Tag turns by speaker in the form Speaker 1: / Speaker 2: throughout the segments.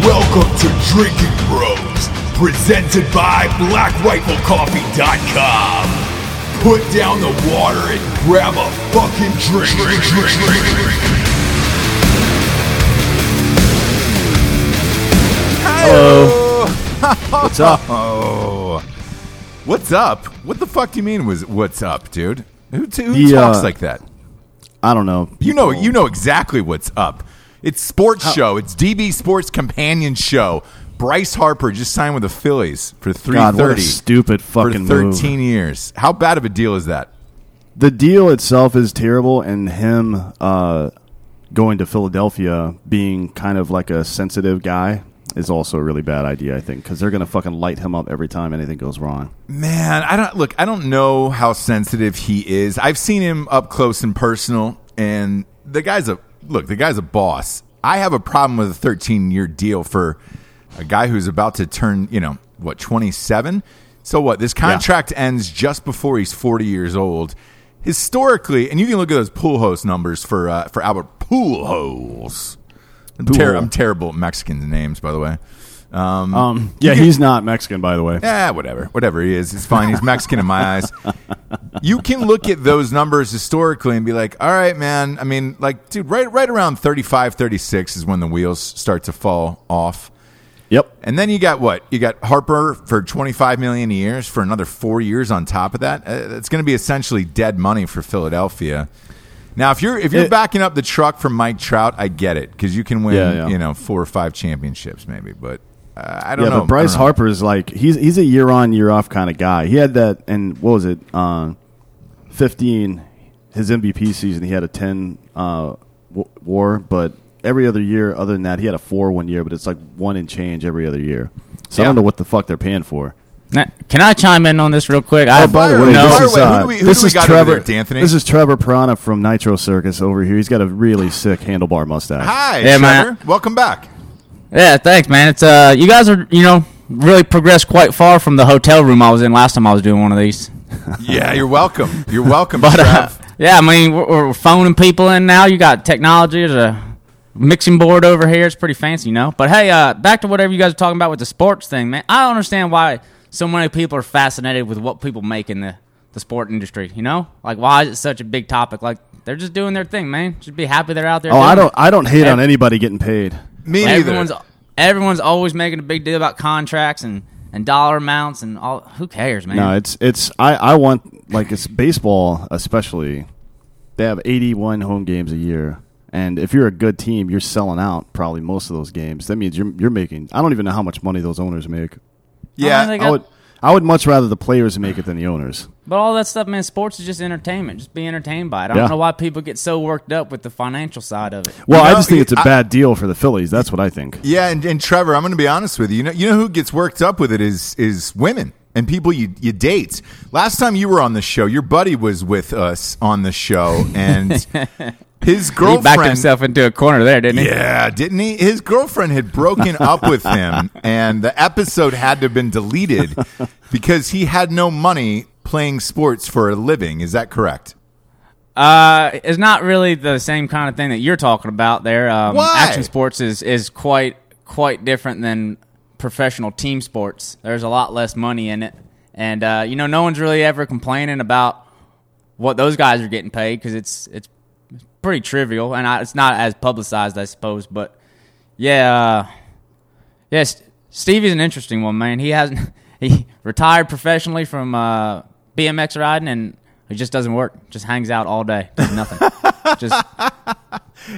Speaker 1: Welcome to Drinking Bros, presented by BlackRifleCoffee.com. Put down the water and grab a fucking drink. drink, drink, drink, drink.
Speaker 2: Hello. What's up?
Speaker 1: Oh, what's up? What the fuck do you mean? Was what's up, dude? Who, t- who
Speaker 2: The,
Speaker 1: talks
Speaker 2: uh,
Speaker 1: like that?
Speaker 2: I don't know.
Speaker 1: You know, you know exactly what's up. It's sports show. It's DB Sports Companion show. Bryce Harper just signed with the Phillies for three
Speaker 2: God, what a
Speaker 1: thirty
Speaker 2: stupid
Speaker 1: for
Speaker 2: fucking move.
Speaker 1: thirteen years. How bad of a deal is that?
Speaker 2: The deal itself is terrible, and him uh, going to Philadelphia being kind of like a sensitive guy is also a really bad idea, I think, because they're going to fucking light him up every time anything goes wrong.
Speaker 1: Man, I don't look. I don't know how sensitive he is. I've seen him up close and personal, and the guy's a look. The guy's a boss. I have a problem with a 13 year deal for a guy who's about to turn, you know, what 27. So what? This contract ends just before he's 40 years old. Historically, and you can look at those pool host numbers for uh, for Albert Pujols. I'm, ter-
Speaker 2: Pujol.
Speaker 1: I'm terrible at Mexican names, by the way. Mm-hmm.
Speaker 2: Um, yeah, he's not Mexican, by the way.
Speaker 1: Yeah, Eh, whatever. Whatever he is, it's fine. He's Mexican in my eyes. You can look at those numbers historically and be like, all right, man. I mean, like, dude, right right around 35, 36 is when the wheels start to fall off.
Speaker 2: Yep.
Speaker 1: And then you got what? You got Harper for 25 million a year for another 4 years on top of that. Uh, It's going to be essentially dead money for Philadelphia. Now, if you're if you're
Speaker 2: It-
Speaker 1: backing up the truck for Mike Trout, I get it cuz you can win,
Speaker 2: Yeah, yeah.
Speaker 1: you know, 4 or 5 championships maybe, but uh, I don't
Speaker 2: Yeah,
Speaker 1: know.
Speaker 2: but Bryce
Speaker 1: I don't know.
Speaker 2: Harper is like he's he's a year on year off kind of guy. He had that, and what was it? Uh, Fifteen, his MVP season, he had a ten uh, w- WAR, but every other year, other than that, he had a four one year, but it's like one and change every other year. So I don't
Speaker 1: Yeah.
Speaker 2: know what the fuck they're paying for.
Speaker 3: Now, can I chime in on this real quick? I,
Speaker 2: Oh, By the
Speaker 1: Fire
Speaker 2: way,
Speaker 1: away,
Speaker 3: no,
Speaker 1: fire
Speaker 2: this is,
Speaker 1: away. Who
Speaker 2: uh,
Speaker 1: do we- who
Speaker 2: this
Speaker 1: do we
Speaker 2: is
Speaker 1: got over
Speaker 2: Trevor.
Speaker 1: there, D'Anthony?
Speaker 2: This is Trevor Prana from Nitro Circus over here. He's got a really sick handlebar mustache.
Speaker 1: Hi,
Speaker 3: Yeah, man.
Speaker 1: Trevor. Welcome back.
Speaker 3: yeah, thanks, man. It's uh, you guys are you know really progressed quite far from the hotel room I was in last time I was doing one of these.
Speaker 1: Yeah, you're welcome. You're welcome,
Speaker 3: But uh,
Speaker 1: Trev.
Speaker 3: yeah, I mean we're, we're phoning people in now. You got technology, there's a mixing board over here. It's pretty fancy, you know. But hey, uh, back to whatever you guys are talking about with the sports thing, man. I don't understand why so many people are fascinated with what people make in the the sport industry. You know, like why is it such a big topic? Like they're just doing their thing, man. Should be happy they're out there.
Speaker 2: Oh,
Speaker 3: doing
Speaker 2: I
Speaker 3: it.
Speaker 2: don't I don't hate
Speaker 3: Yeah.
Speaker 2: on anybody getting paid.
Speaker 1: Me
Speaker 3: Well,
Speaker 1: neither.
Speaker 3: Everyone's everyone's always making a big deal about contracts and, and dollar amounts and all. Who cares, man?
Speaker 2: No, it's it's I I want like it's baseball especially. They have 81 home games a year, and if you're a good team, you're selling out probably most of those games. That means you're you're making. I don't even know how much money those owners make.
Speaker 1: yeah,
Speaker 3: Oh, they got-
Speaker 2: I would I would much rather the players make it than the owners.
Speaker 3: but all that stuff, man. Sports is just entertainment. Just be entertained by it. I
Speaker 2: Yeah.
Speaker 3: don't know why people get so worked up with the financial side of it.
Speaker 2: Well,
Speaker 1: You
Speaker 2: I
Speaker 1: know,
Speaker 2: just think it's a
Speaker 1: I-
Speaker 2: bad deal for the Phillies. That's what I think.
Speaker 1: yeah. And, and Trevor, I'm going to be honest with you. You know, you know who gets worked up with it is is women and people you you date. Last time you were on the show, your buddy was with us on the show, and his girlfriend
Speaker 3: He backed himself into a corner there, didn't he?
Speaker 1: Yeah, didn't he? His girlfriend had broken up with him, and the episode had to have been deleted because he had no money playing sports for a living. Is that correct?
Speaker 3: Uh, it's not really the same kind of thing that you're talking about there. Um,
Speaker 1: Why?
Speaker 3: Action sports is, is quite quite different than professional team sports. There's a lot less money in it, and uh, you know, no one's really ever complaining about what those guys are getting paid because it's it's pretty trivial, and I, it's not as publicized, I suppose. But yeah, uh, yes, Stevie's an interesting one, man. He hasn't he retired professionally from uh, BMX riding, and he just doesn't work. Just hangs out all day, does nothing. just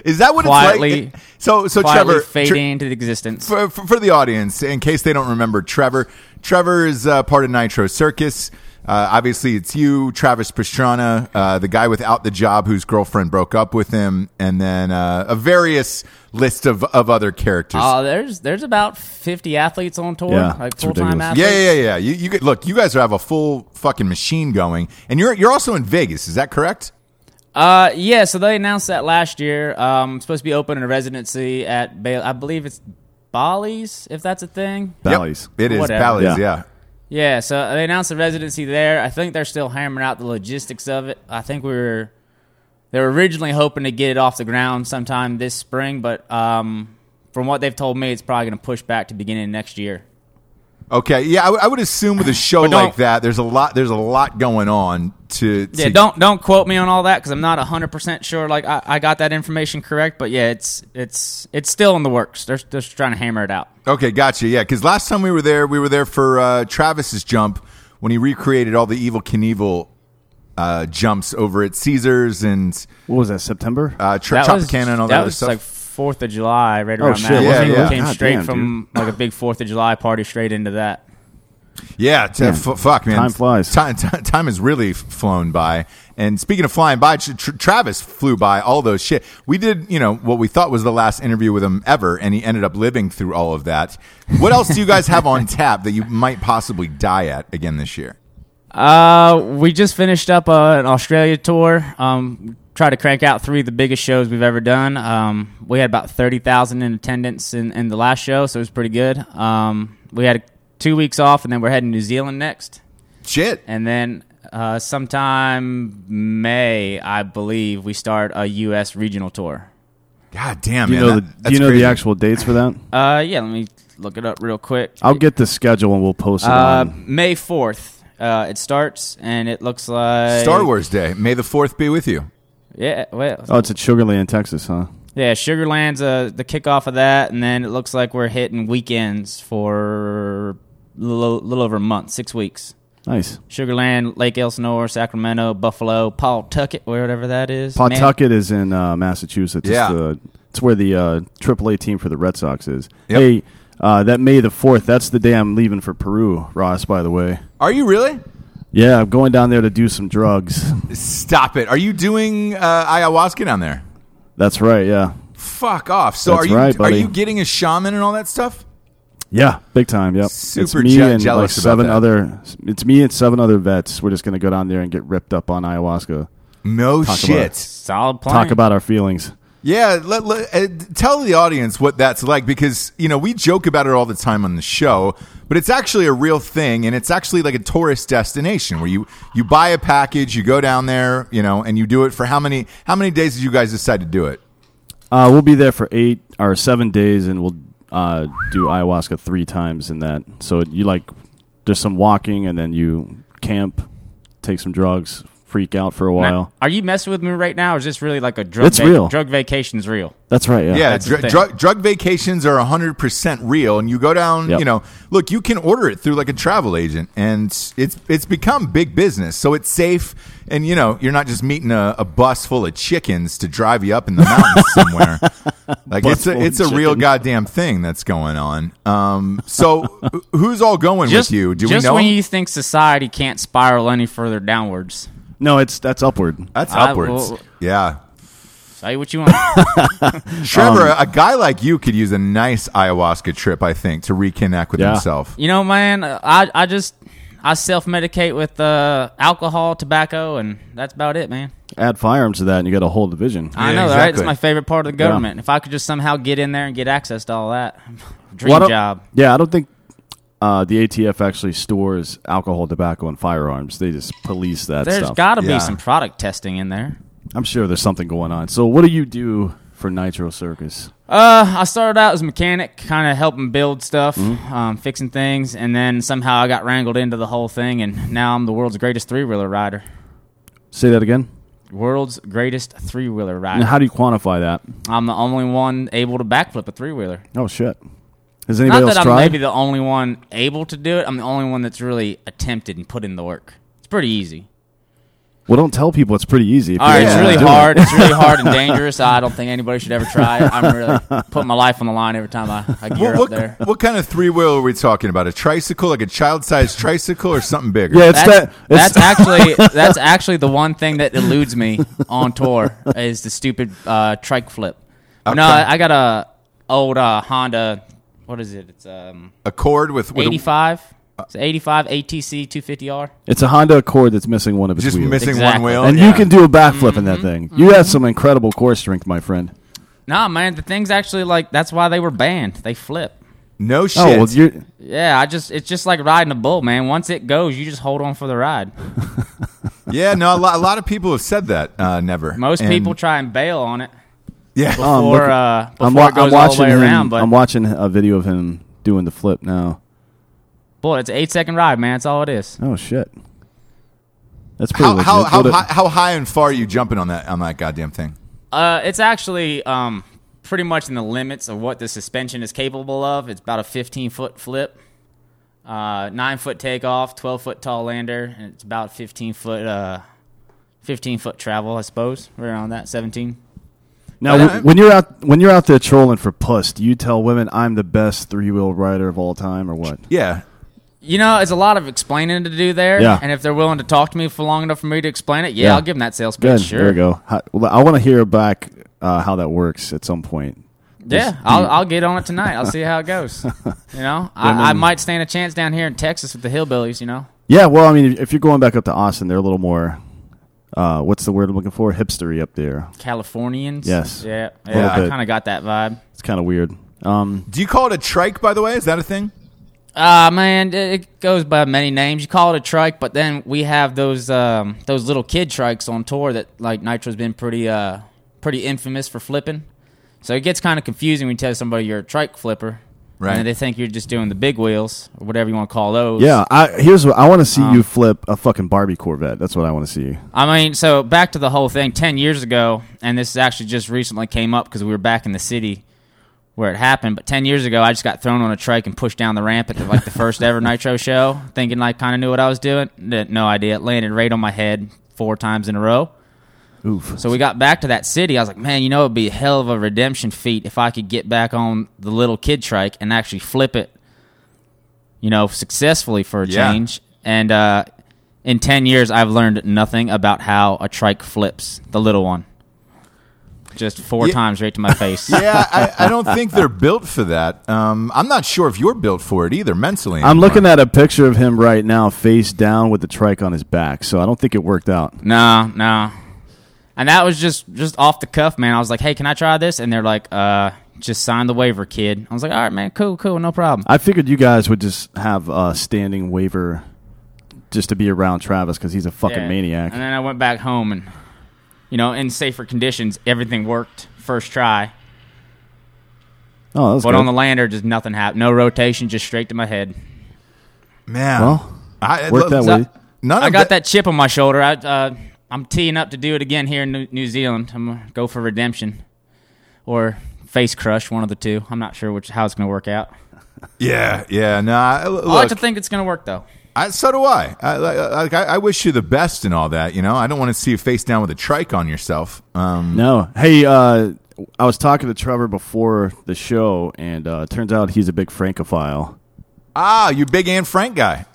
Speaker 1: Is that what
Speaker 3: Quietly-
Speaker 1: it's like? So, so
Speaker 3: quietly
Speaker 1: Trevor,
Speaker 3: fading
Speaker 1: Tre-
Speaker 3: into the existence.
Speaker 1: for, for, for the audience, in case they don't remember, Trevor. Trevor is uh, part of Nitro Circus. Uh, obviously, it's you, Travis Pastrana, uh, the guy without the job whose girlfriend broke up with him, and then uh, a various list of, of other characters.
Speaker 3: Uh, there's there's about 50 athletes on tour,
Speaker 2: Yeah,
Speaker 3: like
Speaker 2: it's
Speaker 3: full time
Speaker 2: ridiculous.
Speaker 3: athletes.
Speaker 1: yeah, yeah, yeah. You, you could, look, you guys have a full fucking machine going, and you're you're also in Vegas. Is that correct?
Speaker 3: Uh, yeah. So they announced that last year. Um, supposed to be open in a residency at Bale. I believe it's Bali's, if that's a thing.
Speaker 1: Yep.
Speaker 2: Bally's.
Speaker 1: It is
Speaker 3: Whatever.
Speaker 1: Bally's.
Speaker 2: Yeah.
Speaker 1: Yeah.
Speaker 3: Yeah, so they announced the residency there. I think they're still hammering out the logistics of it. I think we were they were originally hoping to get it off the ground sometime this spring, but um, from what they've told me, it's probably going to push back to beginning of next year.
Speaker 1: Okay, yeah, I would- I would assume with a show
Speaker 3: But don't-
Speaker 1: like that, there's a lot there's a lot going on to,
Speaker 3: Yeah,
Speaker 1: to-
Speaker 3: don't don't quote me on all that because I'm not 100 percent sure. Like I, I got that information correct, but yeah, it's it's it's still in the works. They're they're just trying to hammer it out.
Speaker 1: Okay, gotcha. Yeah, because last time we were there, we were there for uh, Travis's jump when he recreated all the Evil Knievel uh, jumps over at Caesars and
Speaker 2: What was that? September?
Speaker 1: uh, Tro- Tropicana and all that,
Speaker 3: that
Speaker 1: other
Speaker 3: was
Speaker 1: stuff.
Speaker 3: like Fourth of July, right
Speaker 2: Oh,
Speaker 3: around
Speaker 2: shit,
Speaker 3: that.
Speaker 1: was
Speaker 3: I
Speaker 1: it?
Speaker 3: think
Speaker 1: Yeah.
Speaker 3: came
Speaker 2: God
Speaker 3: straight
Speaker 2: damn,
Speaker 3: from like a big Fourth of July party straight into that.
Speaker 1: Yeah, t-
Speaker 2: Man,
Speaker 1: f- fuck, man.
Speaker 2: time flies.
Speaker 1: Time, ti- time has really f- flown by. And speaking of flying by, tr- tr- Travis flew by all those shit. We did, you know, what we thought was the last interview with him ever, and he ended up living through all of that. What else do you guys have on tap that you might possibly die at again this year?
Speaker 3: Uh, we just finished up uh, an Australia tour. Um, tried to crank out three of the biggest shows we've ever done. Um, we had about thirty thousand in attendance in, in the last show, so it was pretty good. Um, we had two weeks off, and then we're heading to New Zealand next,
Speaker 1: Shit.
Speaker 3: and then uh, sometime May, I believe, we start a U.S. regional tour.
Speaker 1: God damn,
Speaker 2: do you
Speaker 1: man. Uh,
Speaker 2: know,
Speaker 1: that-
Speaker 2: the, do
Speaker 1: that's
Speaker 2: you know
Speaker 1: crazy.
Speaker 2: the actual dates for that?
Speaker 3: Uh, yeah, let me look it up real quick.
Speaker 2: I'll get the schedule and we'll post it.
Speaker 3: uh,
Speaker 2: on.
Speaker 3: May fourth. Uh, it starts, and it looks like
Speaker 1: Star Wars Day. May the 4th be with you.
Speaker 3: Yeah, well,
Speaker 2: Oh, it's at Sugarland, Texas, huh?
Speaker 3: Yeah, Sugarland's uh, the kickoff of that, and then it looks like we're hitting weekends for a little, little over a month, six weeks.
Speaker 2: Nice.
Speaker 3: Sugarland, Lake Elsinore, Sacramento, Buffalo, Pawtucket, wherever that is. Man-
Speaker 2: Pawtucket is in uh, Massachusetts.
Speaker 1: Yeah.
Speaker 2: It's, the, it's where the uh, AAA team for the Red Sox is.
Speaker 1: Yep.
Speaker 2: Hey, uh, that May the 4th, that's the day I'm leaving for Peru, Ross, by the way.
Speaker 1: Are you really?
Speaker 2: Yeah, I'm going down there to do some drugs.
Speaker 1: Stop it. Are you doing uh, ayahuasca down there?
Speaker 2: That's right, yeah.
Speaker 1: Fuck off. So
Speaker 2: That's
Speaker 1: are you
Speaker 2: right, buddy.
Speaker 1: are you getting a shaman and all that stuff?
Speaker 2: Yeah, big time, yep. it's
Speaker 1: Super
Speaker 2: me
Speaker 1: je-
Speaker 2: and like
Speaker 1: jealous about
Speaker 2: seven
Speaker 1: that.
Speaker 2: other it's me and seven other vets. We're just going to go down there and get ripped up on ayahuasca.
Speaker 1: No
Speaker 2: Talk
Speaker 1: shit.
Speaker 2: about it.
Speaker 3: Solid plan.
Speaker 2: Talk about our feelings.
Speaker 1: Yeah, let, let, uh, tell the audience what that's like because you know we joke about it all the time on the show, but it's actually a real thing, and it's actually like a tourist destination where you you buy a package, you go down there, you know, and you do it for how many how many days did you guys decide to do it?
Speaker 2: Uh, we'll be there for eight or seven days, and we'll uh, do ayahuasca three times in that. So you like, there's some walking, and then you camp, take some drugs, freak out for a
Speaker 3: Now,
Speaker 2: while.
Speaker 3: Are you messing with me right now, or is this really like a drug?
Speaker 2: It's real.
Speaker 3: Drug vacation's real.
Speaker 2: That's right. Yeah.
Speaker 1: Yeah,
Speaker 3: That's the
Speaker 1: dr-
Speaker 3: thing.
Speaker 1: drug drug vacations are hundred percent real, and you go down.
Speaker 2: Yep.
Speaker 1: You know, look, you can order it through like a travel agent, and it's it's become big business, so it's safe. And you know, you're not just meeting a, a bus full of chickens to drive you up in the mountains somewhere. Like
Speaker 2: Bus
Speaker 1: it's a
Speaker 2: full of
Speaker 1: it's a real
Speaker 2: chicken.
Speaker 1: goddamn thing that's going on. Um, so wh- who's all going with you? Do
Speaker 3: just
Speaker 1: we know?
Speaker 3: when
Speaker 1: 'em?
Speaker 3: you think society can't spiral any further downwards.
Speaker 2: No, it's that's upward.
Speaker 1: that's
Speaker 3: I
Speaker 1: upwards.
Speaker 3: will-
Speaker 1: yeah.
Speaker 3: Say what you want. Um,
Speaker 1: Trevor, a guy like you could use a nice ayahuasca trip, I think, to reconnect with
Speaker 2: Yeah.
Speaker 1: himself.
Speaker 3: You know, man, I I just I self medicate with uh, alcohol, tobacco, and that's about it, man.
Speaker 2: Add firearms to that, and you got a whole division.
Speaker 3: I
Speaker 1: Yeah,
Speaker 3: know, right? It's
Speaker 1: exactly.
Speaker 3: my favorite part of the government. If I could just somehow get in there and get access to all that, dream
Speaker 2: Well, I don't-
Speaker 3: job.
Speaker 2: Yeah, I don't think uh, the ATF actually stores alcohol, tobacco, and firearms. They just police that
Speaker 3: There's
Speaker 2: stuff.
Speaker 3: got to
Speaker 1: Yeah.
Speaker 3: be some product testing in there.
Speaker 2: I'm sure there's something going on. So, what do you do for Nitro Circus?
Speaker 3: Uh, I started out as a mechanic, kind of helping build stuff, um, fixing things, and then somehow I got wrangled into the whole thing, and now I'm the world's greatest three wheeler rider.
Speaker 2: Say that again.
Speaker 3: World's greatest three wheeler
Speaker 2: And
Speaker 3: rider.
Speaker 2: how do you quantify that?
Speaker 3: I'm the only one able to backflip a three wheeler.
Speaker 2: Oh shit! Has anybody
Speaker 3: Not
Speaker 2: else
Speaker 3: that I'm
Speaker 2: tried?
Speaker 3: maybe the only one able to do it. I'm the only one that's really attempted and put in the work. It's pretty easy.
Speaker 2: well, don't tell people it's pretty easy. If
Speaker 3: All right,
Speaker 2: you
Speaker 3: it's
Speaker 2: don't
Speaker 3: really
Speaker 2: do it.
Speaker 3: hard. It's really hard and dangerous. I don't think anybody should ever try it. I'm really putting my life on the line every time I, I gear
Speaker 1: What,
Speaker 3: up
Speaker 1: what,
Speaker 3: there.
Speaker 1: what kind of three wheel are we talking about? A tricycle, like a child sized tricycle, or something bigger?
Speaker 2: Yeah, it's
Speaker 3: That's,
Speaker 2: that. It's
Speaker 3: that's actually that's actually the one thing that eludes me on tour is the stupid uh, trike flip. No,
Speaker 1: Okay.
Speaker 3: I, I got a old uh, Honda. What is it? It's um,
Speaker 1: a cord with, with a-
Speaker 3: 85. It's 85 ATC 250R.
Speaker 2: it's a Honda Accord that's missing one of its
Speaker 1: just
Speaker 2: wheels,
Speaker 1: missing
Speaker 3: Exactly.
Speaker 1: one wheel.
Speaker 2: and
Speaker 1: Yeah.
Speaker 2: you can do a backflip in that
Speaker 3: Mm-hmm.
Speaker 2: thing. You have some incredible core strength, my friend.
Speaker 3: Nah, man, the thing's actually like that's why they were banned. They flip.
Speaker 1: no shit.
Speaker 2: Oh well, you're
Speaker 3: Yeah, I just it's just like riding a bull, man. Once it goes, you just hold on for the ride.
Speaker 1: yeah, no, a lot, a lot of people have said that. Uh, never.
Speaker 3: Most
Speaker 1: And
Speaker 3: people try and bail on it.
Speaker 1: Yeah.
Speaker 3: before
Speaker 2: looking-
Speaker 3: uh, before
Speaker 2: I'm, wa-
Speaker 3: it goes
Speaker 2: I'm watching
Speaker 3: all the way
Speaker 2: him.
Speaker 3: around. But
Speaker 2: I'm watching a video of him doing the flip now.
Speaker 3: boy, it's an eight second ride, man. That's all it is.
Speaker 2: Oh shit, that's pretty.
Speaker 1: How how
Speaker 2: legit.
Speaker 1: how,
Speaker 2: What a-
Speaker 1: high, how high and far are you jumping on that on that goddamn thing?
Speaker 3: Uh, it's actually um, pretty much in the limits of what the suspension is capable of. It's about a 15 foot flip, uh, nine foot takeoff, 12 foot tall lander, and it's about 15 foot uh, 15 foot travel, I suppose. Right around that, 17.
Speaker 2: Now,
Speaker 1: Yeah.
Speaker 2: w- when you're out when you're out there trolling for puss, do you tell women I'm the best three wheel rider of all time, or what?
Speaker 1: Yeah.
Speaker 3: You know, it's a lot of explaining to do there.
Speaker 2: Yeah.
Speaker 3: And if they're willing to talk to me for long enough for me to explain it, yeah,
Speaker 2: Yeah.
Speaker 3: I'll give them that sales
Speaker 2: Good.
Speaker 3: pitch. Sure.
Speaker 2: There we go. Hi- well, I want to hear back uh, how that works at some point.
Speaker 3: Yeah, I'll, I'll get on it tonight. I'll see how it goes. You know, I, I might stand a chance down here in Texas with the hillbillies. You know,
Speaker 2: Yeah. Well, I mean, if- if you're going back up to Austin, they're a little more. Uh, what's the word I'm looking for? Hipstery up there.
Speaker 3: Californians.
Speaker 2: Yes.
Speaker 3: Yeah.
Speaker 2: little
Speaker 3: Yeah. I
Speaker 2: bit.
Speaker 3: kind of got that vibe.
Speaker 2: It's kind of weird. Um,
Speaker 1: Do you call it a trike? By the way, is that a thing?
Speaker 3: Ah, man, it it goes by many names. You call it a trike, but then we have those um, those little kid trikes on tour that like Nitro's been pretty uh pretty infamous for flipping. So it gets kind of confusing when you tell somebody you're a trike flipper,
Speaker 1: Right.
Speaker 3: And then they think you're just doing the big wheels or whatever you want to call those.
Speaker 2: yeah. I, here's what I want to see
Speaker 3: Um,
Speaker 2: you flip a fucking Barbie Corvette. That's what I want to see.
Speaker 3: I mean, so back to the whole thing. Ten years ago, and this actually just recently came up because we were back in the city where it happened. But ten years ago, I just got thrown on a trike and pushed down the ramp at the, like the first ever Nitro show, thinking like kind of knew what I was doing. N- No idea. It landed right on my head four times in a row.
Speaker 2: Oof.
Speaker 3: So we got back to that city. I was like, man, you know, it'd be a hell of a redemption feat if I could get back on the little kid trike and actually flip it, you know, successfully for a
Speaker 1: Yeah.
Speaker 3: change. And uh, in 10 years, I've learned nothing about how a trike flips, the little one. Just four
Speaker 1: Yeah.
Speaker 3: times right to my face.
Speaker 1: Yeah, I, I don't think they're built for that. Um, I'm not sure if you're built for it either mentally.
Speaker 2: I'm looking at a picture of him right now, face down with the trike on his back. So I don't think it worked out.
Speaker 3: No, no. And that was just just off the cuff, man. I was like, "Hey, can I try this?" And they're like, "Uh, just sign the waiver, kid." I was like, "All right, man, cool, cool, no problem."
Speaker 2: I figured you guys would just have a standing waiver just to be around Travis because he's a fucking
Speaker 3: Yeah.
Speaker 2: maniac.
Speaker 3: And then I went back home and, you know, in safer conditions, everything worked first try.
Speaker 2: oh, that was
Speaker 3: But
Speaker 2: good.
Speaker 3: on the lander, just nothing happened. No rotation, just straight to my head.
Speaker 1: man.
Speaker 2: well,
Speaker 1: I,
Speaker 2: worked that
Speaker 1: so-
Speaker 2: way.
Speaker 1: None
Speaker 3: I
Speaker 1: of
Speaker 3: got that chip on my shoulder. I, uh, I'm teeing up to do it again here in New, New Zealand. I'm going to go for redemption or face crush, one of the two. I'm not sure which how it's going to work out.
Speaker 1: Yeah, yeah. No, I, look,
Speaker 3: I like to think it's going to work, though.
Speaker 1: I, so do I. I, I, I. I wish you the best and all that. You know, I don't want to see you face down with a trike on yourself. Um,
Speaker 2: no. Hey, uh, I was talking to Trevor before the show, and uh, turns out he's a big Francophile.
Speaker 1: ah, you big Anne Frank guy.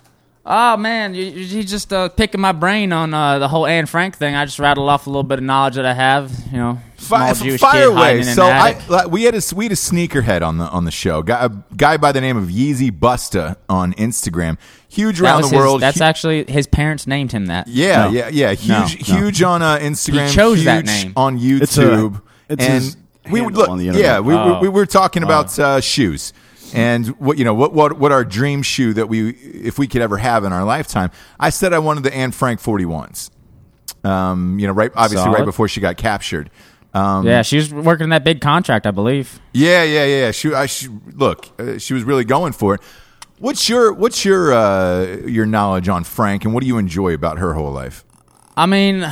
Speaker 3: Oh man, you, you you just uh, picking my brain on uh, the whole Anne Frank thing. I just rattled off a little bit of knowledge that I have. You know, small
Speaker 1: Fi-
Speaker 3: Jewish
Speaker 1: fire
Speaker 3: kid hiding
Speaker 1: away.
Speaker 3: in an
Speaker 1: So I,
Speaker 3: attic.
Speaker 1: like, we had a we had a sneakerhead on the on the show. Guy, a guy by the name of Yeezy Busta on Instagram. Huge
Speaker 3: That
Speaker 1: around
Speaker 3: was
Speaker 1: the
Speaker 3: his-
Speaker 1: world.
Speaker 3: That's
Speaker 1: Hu-
Speaker 3: actually his parents named him that.
Speaker 1: yeah,
Speaker 2: No.
Speaker 1: yeah, yeah. Huge,
Speaker 3: No,
Speaker 2: no.
Speaker 1: huge on uh, Instagram.
Speaker 3: He chose
Speaker 1: huge
Speaker 3: that name.
Speaker 1: on YouTube.
Speaker 2: It's a- it's
Speaker 1: and
Speaker 2: his
Speaker 1: we would
Speaker 2: handle
Speaker 1: look.
Speaker 2: on the internet.
Speaker 1: yeah, we,
Speaker 3: Oh.
Speaker 1: we, we were talking about uh, shoes and what you know what what what our dream shoe that we if we could ever have in our lifetime. I said I wanted the Anne Frank forty ones. Um, you know, right obviously right
Speaker 3: Solid.
Speaker 1: before she got captured. Um,
Speaker 3: Yeah, she was working that big contract, I believe.
Speaker 1: yeah, yeah, yeah. She, I, she look, uh, she was really going for it. What's your what's your uh, your knowledge on Frank, and what do you enjoy about her whole life?
Speaker 3: I mean,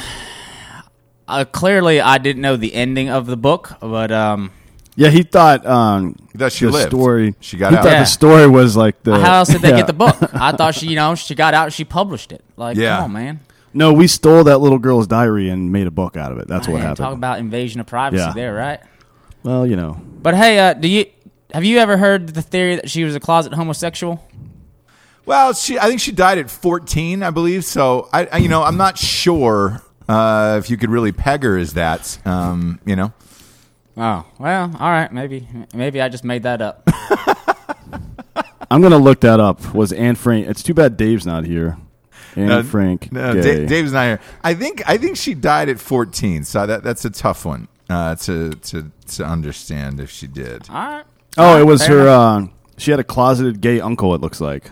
Speaker 3: uh, clearly I didn't know the ending of the book, but um,
Speaker 2: Yeah, he thought um,
Speaker 1: thought she
Speaker 2: the
Speaker 1: lived.
Speaker 2: story.
Speaker 1: She got
Speaker 2: he
Speaker 1: out.
Speaker 2: thought
Speaker 3: Yeah.
Speaker 2: the story was like the.
Speaker 3: how else did they
Speaker 2: Yeah.
Speaker 3: get the book? I thought she, you know, she got out, and she published it. Like,
Speaker 1: Yeah.
Speaker 3: come on, man.
Speaker 2: No, we stole that little girl's diary and made a book out of it. That's what
Speaker 3: Man,
Speaker 2: happened.
Speaker 3: Talk about invasion of privacy
Speaker 2: Yeah.
Speaker 3: there, right?
Speaker 2: well, you know,
Speaker 3: But hey, uh, do you have you ever heard the theory that she was a closet homosexual?
Speaker 1: Well, she, I think she died at fourteen, I believe. So I, I you know, I'm not sure uh, if you could really peg her as that. Um, you know,
Speaker 3: Oh well, all right, maybe maybe I just made that up.
Speaker 2: I'm gonna look that up. Was Anne Frank? It's too bad Dave's not here. Anne
Speaker 1: Uh,
Speaker 2: Frank.
Speaker 1: No,
Speaker 2: gay.
Speaker 1: Da- Dave's not here. I think I think she died at fourteen. So that that's a tough one uh, to to to understand if she did.
Speaker 3: All right.
Speaker 2: Oh, it was
Speaker 3: Fair
Speaker 2: her. Uh, she had a closeted gay uncle. It looks like.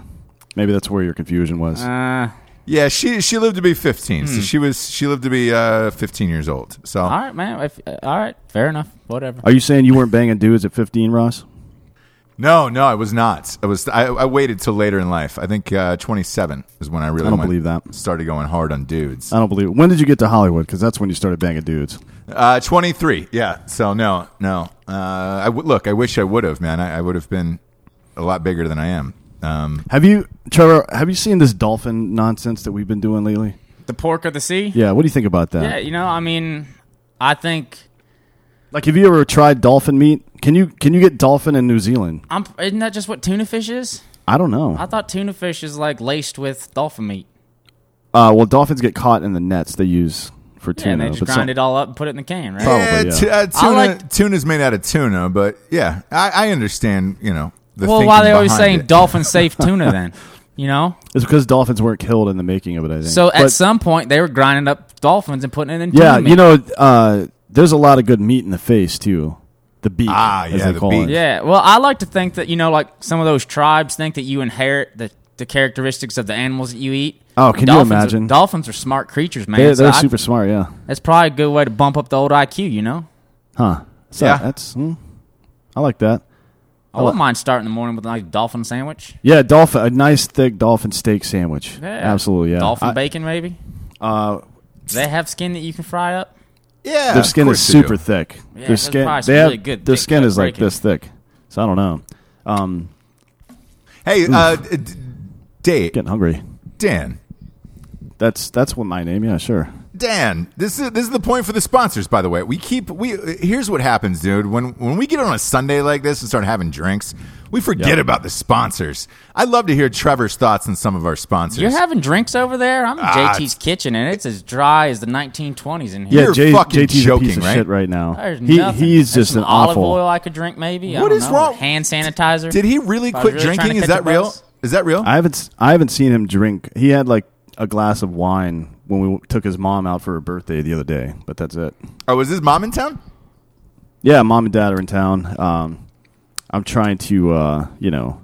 Speaker 2: Maybe that's where your confusion was.
Speaker 3: Uh,
Speaker 1: Yeah, she she lived to be 15. So she was she lived to be uh, 15 years old. So
Speaker 3: All right, man. If, uh, all right, fair enough. Whatever.
Speaker 2: Are you saying you weren't banging dudes at 15, Ross?
Speaker 1: no, no, I was not. I was I, I waited till later in life. I think uh, 27 is when I really
Speaker 2: I don't
Speaker 1: went-
Speaker 2: believe that.
Speaker 1: started going hard on dudes.
Speaker 2: I don't believe it. When did you get to Hollywood? Because that's when you started banging dudes.
Speaker 1: Uh, 23. Yeah. So no, no. Uh, I w- look, I wish I would have, man. I, I would have been a lot bigger than I am. Um,
Speaker 2: Have you, Trevor? Have you seen this dolphin nonsense that we've been doing lately?
Speaker 3: The pork of the sea.
Speaker 2: Yeah. What do you think about that?
Speaker 3: Yeah, you know, I mean, I think
Speaker 2: Like, have you ever tried dolphin meat? Can you can you get dolphin in New Zealand?
Speaker 3: I'm. Isn't that just what tuna fish is?
Speaker 2: I don't know.
Speaker 3: I thought tuna fish is like laced with dolphin meat.
Speaker 2: Uh, well, dolphins get caught in the nets they use for
Speaker 3: Yeah, and
Speaker 2: tuna.
Speaker 3: they just
Speaker 2: but
Speaker 3: grind
Speaker 2: some-
Speaker 3: it all up and put it in the can, right?
Speaker 2: Probably, Oh, yeah.
Speaker 1: t- uh,
Speaker 3: I
Speaker 1: tuna,
Speaker 3: like-
Speaker 1: tuna's made out of tuna, but yeah, I, I understand. You know, the
Speaker 3: well,
Speaker 1: thinking
Speaker 3: why are they always
Speaker 1: behind
Speaker 3: saying
Speaker 1: it.
Speaker 3: dolphin safe tuna then? You know,
Speaker 2: it's because dolphins weren't killed in the making of it. I think.
Speaker 3: so at
Speaker 2: But-
Speaker 3: some point they were grinding up dolphins and putting it in.
Speaker 2: yeah,
Speaker 3: tuna meat.
Speaker 2: you know, uh, there's a lot of good meat in the face too. The beak,
Speaker 1: Ah,
Speaker 2: as
Speaker 1: yeah,
Speaker 2: they
Speaker 1: the
Speaker 2: call
Speaker 1: beak.
Speaker 2: it.
Speaker 3: Yeah, well, I like to think that you know, like some of those tribes think that you inherit the, the characteristics of the animals that you eat.
Speaker 2: Oh, can you
Speaker 3: are-
Speaker 2: imagine?
Speaker 3: dolphins are smart creatures, man.
Speaker 2: They,
Speaker 3: so
Speaker 2: they're
Speaker 3: I-
Speaker 2: super smart. Yeah,
Speaker 3: That's probably a good way to bump up the old IQ. You know,
Speaker 2: huh? So
Speaker 1: Yeah.
Speaker 2: that's. hmm, I like that.
Speaker 3: I wouldn't mind starting the morning with a nice dolphin sandwich.
Speaker 2: Yeah, dolphin, a nice thick dolphin steak sandwich.
Speaker 3: Yeah.
Speaker 2: Absolutely, yeah.
Speaker 3: Dolphin
Speaker 2: I-
Speaker 3: bacon, maybe.
Speaker 2: Uh,
Speaker 3: Do they have skin that you can fry up?
Speaker 1: yeah,
Speaker 2: their
Speaker 1: of
Speaker 2: skin is
Speaker 1: course they do.
Speaker 2: super thick.
Speaker 3: Yeah,
Speaker 2: their
Speaker 3: that's
Speaker 2: skin, they
Speaker 3: probably some
Speaker 2: have,
Speaker 3: really good
Speaker 2: their
Speaker 3: thick
Speaker 2: skin
Speaker 3: cut
Speaker 2: is like
Speaker 3: bacon.
Speaker 2: this thick. So I don't know. Um,
Speaker 1: Hey, uh, d- d- Dave,
Speaker 2: getting hungry.
Speaker 1: Dan,
Speaker 2: That's that's what my name. Yeah, sure.
Speaker 1: Dan, this is this is the point for the sponsors. By the way, we keep we. Here's what happens, dude. When when we get on a Sunday like this and start having drinks, we forget
Speaker 2: Yep.
Speaker 1: about the sponsors. I'd love to hear Trevor's thoughts on some of our sponsors.
Speaker 3: You're having drinks over there. I'm in
Speaker 1: Ah,
Speaker 3: JT's kitchen, and it's as dry as the 1920s in here.
Speaker 2: Yeah,
Speaker 1: You're
Speaker 2: J-
Speaker 1: fucking
Speaker 2: JT's a piece
Speaker 1: joking,
Speaker 2: of
Speaker 1: right?
Speaker 2: shit right now.
Speaker 3: There's
Speaker 2: He,
Speaker 3: nothing.
Speaker 2: he's
Speaker 3: There's
Speaker 2: just
Speaker 3: some
Speaker 2: an
Speaker 3: olive
Speaker 2: awful.
Speaker 3: oil I could drink, maybe. I
Speaker 1: What
Speaker 3: don't
Speaker 1: is
Speaker 3: know.
Speaker 1: wrong-
Speaker 3: Hand sanitizer.
Speaker 1: Did he really
Speaker 3: If I was
Speaker 1: quit
Speaker 3: really trying
Speaker 1: drinking?
Speaker 3: to
Speaker 1: Is
Speaker 3: catch
Speaker 1: that
Speaker 3: a
Speaker 1: real?
Speaker 3: buzz.
Speaker 1: Is that real?
Speaker 2: I haven't s- I haven't seen him drink. He had like a glass of wine when we w- took his mom out for her birthday the other day, but that's it.
Speaker 1: oh, is his mom in town?
Speaker 2: Yeah, mom and dad are in town. Um, I'm trying to, uh, you know,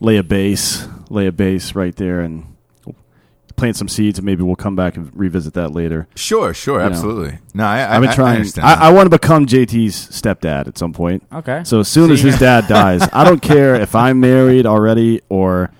Speaker 2: lay a base, lay a base right there, and plant some seeds, and maybe we'll come back and revisit that later.
Speaker 1: Sure, sure, absolutely. No, I, I,
Speaker 2: I've been
Speaker 1: I- I,
Speaker 2: trying.
Speaker 1: understand
Speaker 2: I,
Speaker 1: that.
Speaker 2: I, want to become JT's stepdad at some point.
Speaker 3: Okay.
Speaker 2: So as soon
Speaker 3: So
Speaker 2: as
Speaker 3: you're
Speaker 2: his dad dies, I don't care if I'm married already or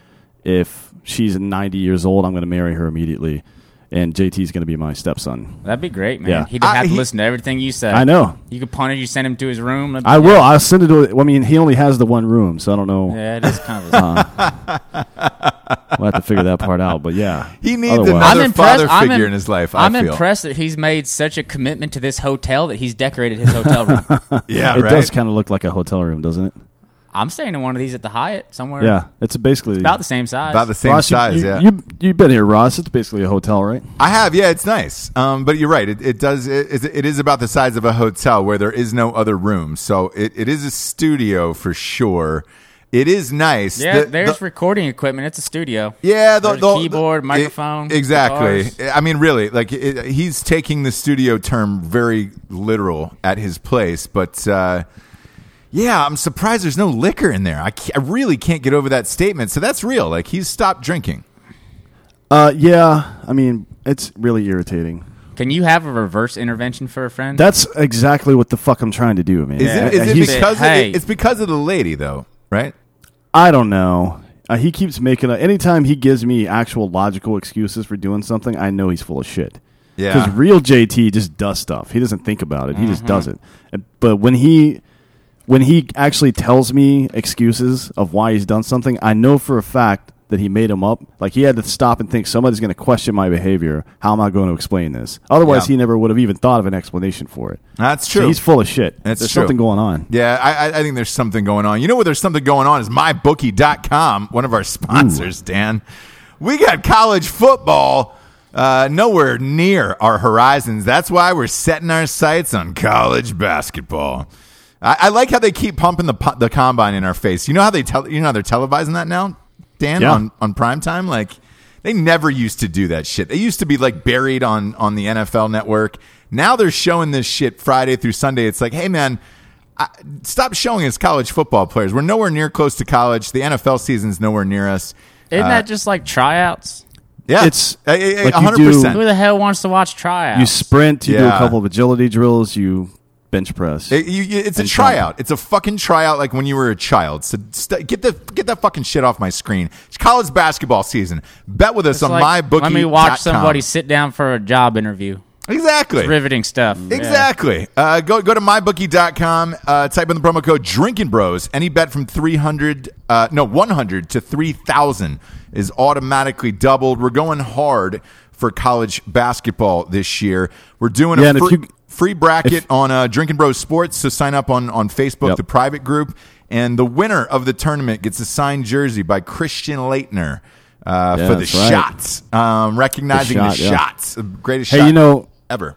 Speaker 2: if she's 90 years old. I'm going to marry her immediately, and JT's going to be my stepson.
Speaker 3: That'd be great, man.
Speaker 2: Yeah.
Speaker 3: He didn't
Speaker 1: I-
Speaker 3: have to
Speaker 1: he-
Speaker 3: listen to everything you said.
Speaker 2: I know.
Speaker 3: You could punish. You send him to his room. That'd be-
Speaker 2: I will. I'll send it to. I mean, he only has the one room, so I don't know.
Speaker 3: yeah, it is kind
Speaker 2: Uh,
Speaker 3: of.
Speaker 2: We'll have to figure that part out. But yeah,
Speaker 1: He needs
Speaker 2: Otherwise-
Speaker 1: another-
Speaker 3: I'm impressed.
Speaker 1: father
Speaker 3: I'm
Speaker 1: figure
Speaker 3: im-
Speaker 1: in his life, I
Speaker 3: I'm
Speaker 1: feel.
Speaker 3: impressed that he's made such a commitment to this hotel that he's decorated his hotel room.
Speaker 1: yeah,
Speaker 2: it
Speaker 1: right.
Speaker 2: does kind of look like a hotel room, doesn't it?
Speaker 3: I'm staying in one of these at the Hyatt somewhere.
Speaker 2: Yeah, it's basically
Speaker 3: about the same size.
Speaker 1: About the same
Speaker 2: Ross, you-
Speaker 1: size,
Speaker 2: you,
Speaker 1: yeah.
Speaker 2: You you've been here, Ross. It's basically a hotel, right?
Speaker 1: I have, yeah, it's nice. Um, but you're right. It, it does. It, it is about the size of a hotel where there is no other room. So it, it is a studio for sure. It is nice.
Speaker 3: yeah,
Speaker 1: The-
Speaker 3: there's
Speaker 1: the-
Speaker 3: recording equipment. It's a studio.
Speaker 1: yeah, the,
Speaker 3: there's
Speaker 1: the-
Speaker 3: keyboard,
Speaker 1: the-
Speaker 3: microphone,
Speaker 1: e- exactly.
Speaker 3: guitars.
Speaker 1: I mean, really, like it, he's taking the studio term very literal at his place. But uh, yeah, I'm surprised there's no liquor in there. I, ca- I really can't get over that statement. So that's real. Like he's stopped drinking.
Speaker 2: Uh, yeah. I mean, it's really irritating.
Speaker 3: Can you have a reverse intervention for a friend?
Speaker 2: That's exactly what the fuck I'm trying to do, man.
Speaker 1: Is
Speaker 2: Uh,
Speaker 3: Yeah,
Speaker 1: it, is it
Speaker 2: He's-
Speaker 1: because
Speaker 3: Hey.
Speaker 1: of, it's because of the lady though, right?
Speaker 2: I don't know. Uh, he keeps making a, anytime he gives me actual logical excuses for doing something, I know he's full of shit.
Speaker 1: Yeah. Mm-hmm.
Speaker 2: Because real JT just does stuff. He doesn't think about it. He just does it. And- But when he when he actually tells me excuses of why he's done something, I know for a fact that he made them up. Like he had to stop and think somebody's going to question my behavior. How am I going to explain this? Otherwise,
Speaker 1: Yeah.
Speaker 2: he never would have even thought of an explanation for it.
Speaker 1: That's
Speaker 2: So
Speaker 1: true.
Speaker 2: he's full of shit.
Speaker 1: That's
Speaker 2: There's
Speaker 1: true.
Speaker 2: something going on.
Speaker 1: Yeah, I, I- I think there's something going on. You know where there's something going on is mybookie.com, one of our sponsors, Dan. We got college football uh, nowhere near our horizons. That's why we're setting our sights on college basketball. I, I like how they keep pumping the pu- the combine in our face. You know how they tell you know how they're televising that now, Dan,
Speaker 2: Yeah.
Speaker 1: on on prime time. Like they never used to do that shit. They used to be like buried on on the NFL Network. Now they're showing this shit Friday through Sunday. It's like, hey man, I, stop showing us college football players. We're nowhere near close to college. The NFL season's nowhere near us.
Speaker 3: Isn't
Speaker 1: Uh,
Speaker 3: that just like tryouts?
Speaker 1: Yeah,
Speaker 2: It's
Speaker 1: A- a- a
Speaker 2: like you
Speaker 1: hundred
Speaker 2: do-
Speaker 3: Who
Speaker 1: percent.
Speaker 3: the hell wants to watch tryouts?
Speaker 2: You sprint, you do
Speaker 1: Yeah.
Speaker 2: a couple of agility drills, you bench press.
Speaker 1: It- you- you- It's a
Speaker 2: And
Speaker 1: tryout. It's a fucking tryout, like when you were a child. So st- get the get that fucking shit off my screen. It's college basketball season. Bet with us
Speaker 3: It's
Speaker 1: on
Speaker 3: like,
Speaker 1: my bookie.
Speaker 3: Let me watch somebody sit down for a job interview.
Speaker 1: Exactly.
Speaker 3: Riveting stuff.
Speaker 1: Exactly. Uh, go go to mybookie.com. Uh, type in the promo code Drinking Bros. Any bet from three hundred, uh, no one hundred to three thousand is automatically doubled. We're going hard for college basketball this year. We're doing
Speaker 2: Yeah,
Speaker 1: a
Speaker 2: and if
Speaker 1: free,
Speaker 2: you-
Speaker 1: free bracket on uh, Drinking Bros Sports. So sign up on on Facebook,
Speaker 2: Yep.
Speaker 1: the private group, and the winner of the tournament gets a signed jersey by Christian Leitner. Uh,
Speaker 2: Yeah,
Speaker 1: for the
Speaker 2: that's right.
Speaker 1: shots, um, recognizing the,
Speaker 2: shot, yeah.
Speaker 1: shots, the greatest
Speaker 2: Hey,
Speaker 1: shot
Speaker 2: you know,
Speaker 1: ever.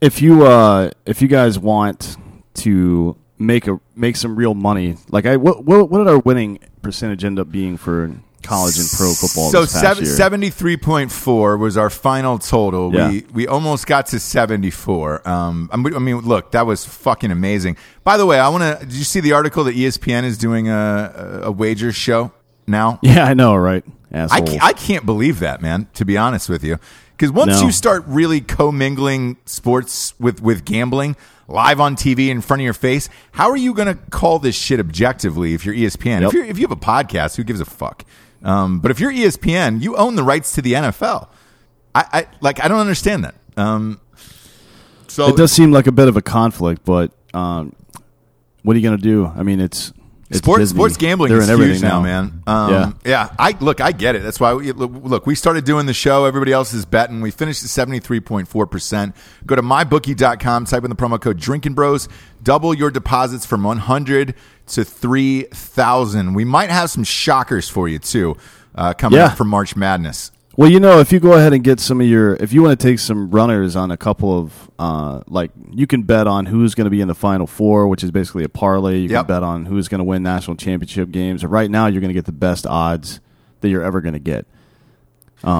Speaker 2: if you uh if you guys want to make a make some real money, like I what what, what did our winning percentage end up being for college and pro football?
Speaker 1: So
Speaker 2: this past
Speaker 1: seven,
Speaker 2: year?
Speaker 1: 73.4 was our final total.
Speaker 2: Yeah.
Speaker 1: We we almost got to 74. Um, I mean- I mean, look, that was fucking amazing. By the way, I want to. Did you see the article that E ESPN is doing a, a wager show now?
Speaker 2: Yeah, I know, right? Asshole.
Speaker 1: I can't, I can't believe that, man. To be honest with you, because once
Speaker 2: No.
Speaker 1: you start really commingling sports with with gambling live on TV in front of your face, how are you going to call this shit objectively? If you're E ESPN, if
Speaker 2: Yep.
Speaker 1: you if you have a podcast, who gives a fuck? Um, but if you're ESPN, you own the rights to the NFL. I, I like I don't understand that. Um, so
Speaker 2: it does seem like a bit of a conflict, but um, what are you going to do? I mean, it's, it's
Speaker 1: sports
Speaker 2: Disney.
Speaker 1: sports gambling
Speaker 2: They're
Speaker 1: is
Speaker 2: in everything
Speaker 1: huge now, man. Um,
Speaker 2: Yeah.
Speaker 1: yeah, I look, I get it. That's why we, look, we started doing the show. Everybody else is betting. We finished at seventy three point four percent. Go to mybookie.com, Type in the promo code Drinking Bros. Double your deposits from one hundred to three thousand. We might have some shockers for you too uh, coming
Speaker 2: Yeah.
Speaker 1: up for March Madness.
Speaker 2: Well, you know, if you go ahead and get some of your, if you want to take some runners on a couple of, uh, like you can bet on who's going to be in the Final Four, which is basically a parlay. You
Speaker 1: Yep.
Speaker 2: can bet on who's going to win national championship games. Right now, you're going to get the best odds that you're ever going to get. Um,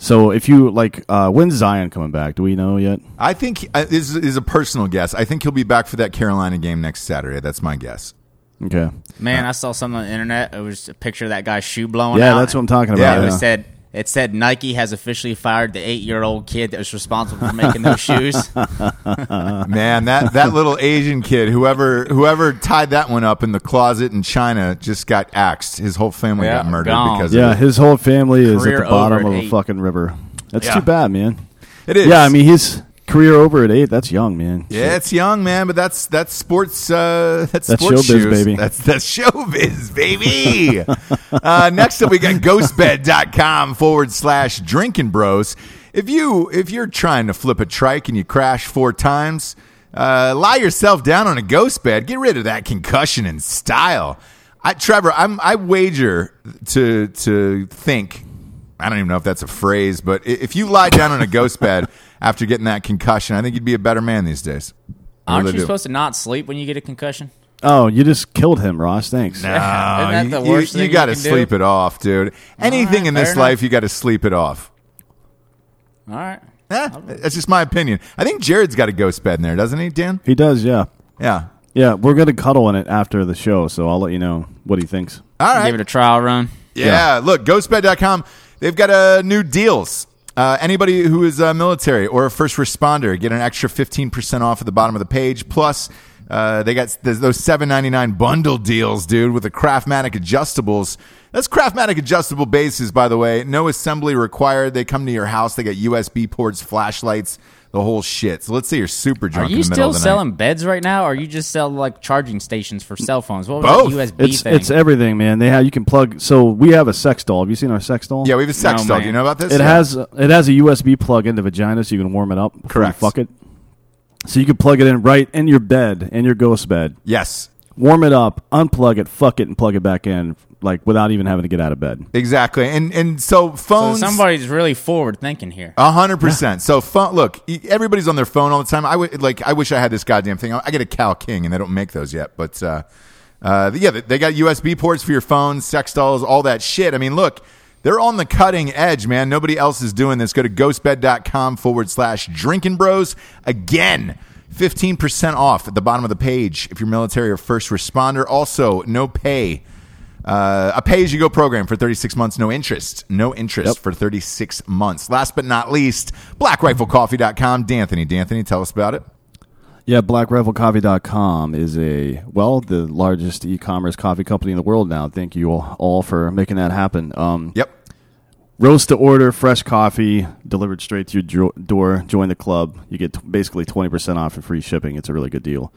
Speaker 2: so if you like, uh, when's Zion coming back? Do we know yet?
Speaker 1: I think uh, this is a personal guess. I think he'll be back for that Carolina game next Saturday. That's my guess.
Speaker 2: Okay.
Speaker 3: Man, I saw something on the internet. It was a picture of that guy's shoe blowing out.
Speaker 2: Yeah, that's what I'm talking about.
Speaker 1: Yeah,
Speaker 3: And
Speaker 1: it
Speaker 3: It
Speaker 1: Yeah.
Speaker 3: said it said Nike has officially fired the eight year old kid that was responsible for making those shoes.
Speaker 1: Man, that, that little Asian kid, whoever whoever tied that one up in the closet in China, just got axed. His whole family
Speaker 3: Yeah,
Speaker 1: got murdered
Speaker 3: gone.
Speaker 1: because
Speaker 2: Yeah,
Speaker 1: of it.
Speaker 2: his whole family is at
Speaker 3: Career
Speaker 2: the bottom
Speaker 3: over
Speaker 2: of
Speaker 3: at
Speaker 2: a
Speaker 3: eight.
Speaker 2: fucking river. That's
Speaker 1: Yeah.
Speaker 2: too bad, man.
Speaker 1: It is.
Speaker 2: Yeah, I mean he's career over at eight. That's young, man.
Speaker 1: yeah, it's young man, but that's that's sports. Uh, that's,
Speaker 2: That's
Speaker 1: sports
Speaker 2: showbiz,
Speaker 1: shoes.
Speaker 2: baby.
Speaker 1: That's that's showbiz, baby. uh, next up, we got ghostbed.com forward slash drinking bros. If you if you're trying to flip a trike and you crash four times, uh, lie yourself down on a ghost bed. Get rid of that concussion in style. I, Trevor, I'm, I wager to to think. I don't even know if that's a phrase, but i- if you lie down on a ghost bed after getting that concussion, I think you'd be a better man these days. I
Speaker 3: Aren't
Speaker 1: really
Speaker 3: you
Speaker 1: do.
Speaker 3: supposed to not sleep when you get a concussion?
Speaker 2: Oh, you just killed him, Ross. Thanks.
Speaker 1: Oh,
Speaker 3: Isn't that the worst
Speaker 1: you,
Speaker 3: thing
Speaker 1: you gotta
Speaker 3: can do?
Speaker 1: sleep it off, dude. Anything
Speaker 3: right,
Speaker 1: in this
Speaker 3: fair
Speaker 1: life, you got to sleep it off.
Speaker 3: All right.
Speaker 1: Eh, that's just my opinion. I think Jared's got a ghost bed in there, doesn't he, Dan?
Speaker 2: He does, yeah.
Speaker 1: Yeah.
Speaker 2: Yeah, we're gonna cuddle in it after the show, so I'll let you know what he thinks.
Speaker 1: All right.
Speaker 3: Give it a trial run.
Speaker 1: Yeah, look, ghostbed.com. They've got uh, new deals. Uh, anybody who is uh, military or a first responder get an extra 15% off at the bottom of the page. Plus, uh, they got th- those $7.99 bundle deals, dude, with the Craftmatic adjustables. That's Craftmatic adjustable bases, by the way. No assembly required. They come to your house. They got USB ports, flashlights, the whole shit. So let's say you're super
Speaker 3: Are
Speaker 1: drunk.
Speaker 3: you
Speaker 1: in the middle
Speaker 3: still
Speaker 1: of the night.
Speaker 3: selling beds right now, or you just sell like charging stations for cell phones? What was
Speaker 1: Both.
Speaker 3: that USB
Speaker 2: It's
Speaker 3: thing?
Speaker 2: it's everything, man. They have you can plug. So we have a sex doll. Have you seen our sex doll?
Speaker 1: Yeah, we have a sex
Speaker 3: No,
Speaker 1: doll.
Speaker 3: man.
Speaker 1: Do you know about this?
Speaker 2: It
Speaker 1: Yeah.
Speaker 2: has it has a USB plug into vagina, so you can warm it up. before you
Speaker 1: Correct.
Speaker 2: fuck it. So you can plug it in right in your bed, in your ghost bed.
Speaker 1: Yes.
Speaker 2: Warm it up, unplug it, fuck it, and plug it back in, like without even having to get out of bed.
Speaker 1: Exactly. And and so
Speaker 3: so
Speaker 1: phones
Speaker 3: somebody's really forward thinking here.
Speaker 1: A hundred percent. So phone. Look, e- everybody's on their phone all the time. I would like. I wish I had this goddamn thing. I I get a Cal King, and they don't make those yet. But uh, uh, yeah, they- they got USB ports for your phones, sex dolls, all that shit. I mean, look, they're on the cutting edge, man. Nobody else is doing this. Go to ghostbed.com forward slash drinking bros again. 15% off at the bottom of the page if you're military or first responder. Also, no pay Uh, a pay as you go program for 36 months, no interest. No interest
Speaker 2: Yep.
Speaker 1: for 36 months. Last but not least, blackriflecoffee.com. D'Anthony, D'Anthony, tell us about it.
Speaker 2: Yeah, blackriflecoffee.com is a, well, the largest e commerce coffee company in the world now. Thank you all- all for making that happen. Um,
Speaker 1: Yep.
Speaker 2: Roast to order, fresh coffee delivered straight to your dro- door. Join the club. You get t- basically 20% off and free shipping. It's a really good deal.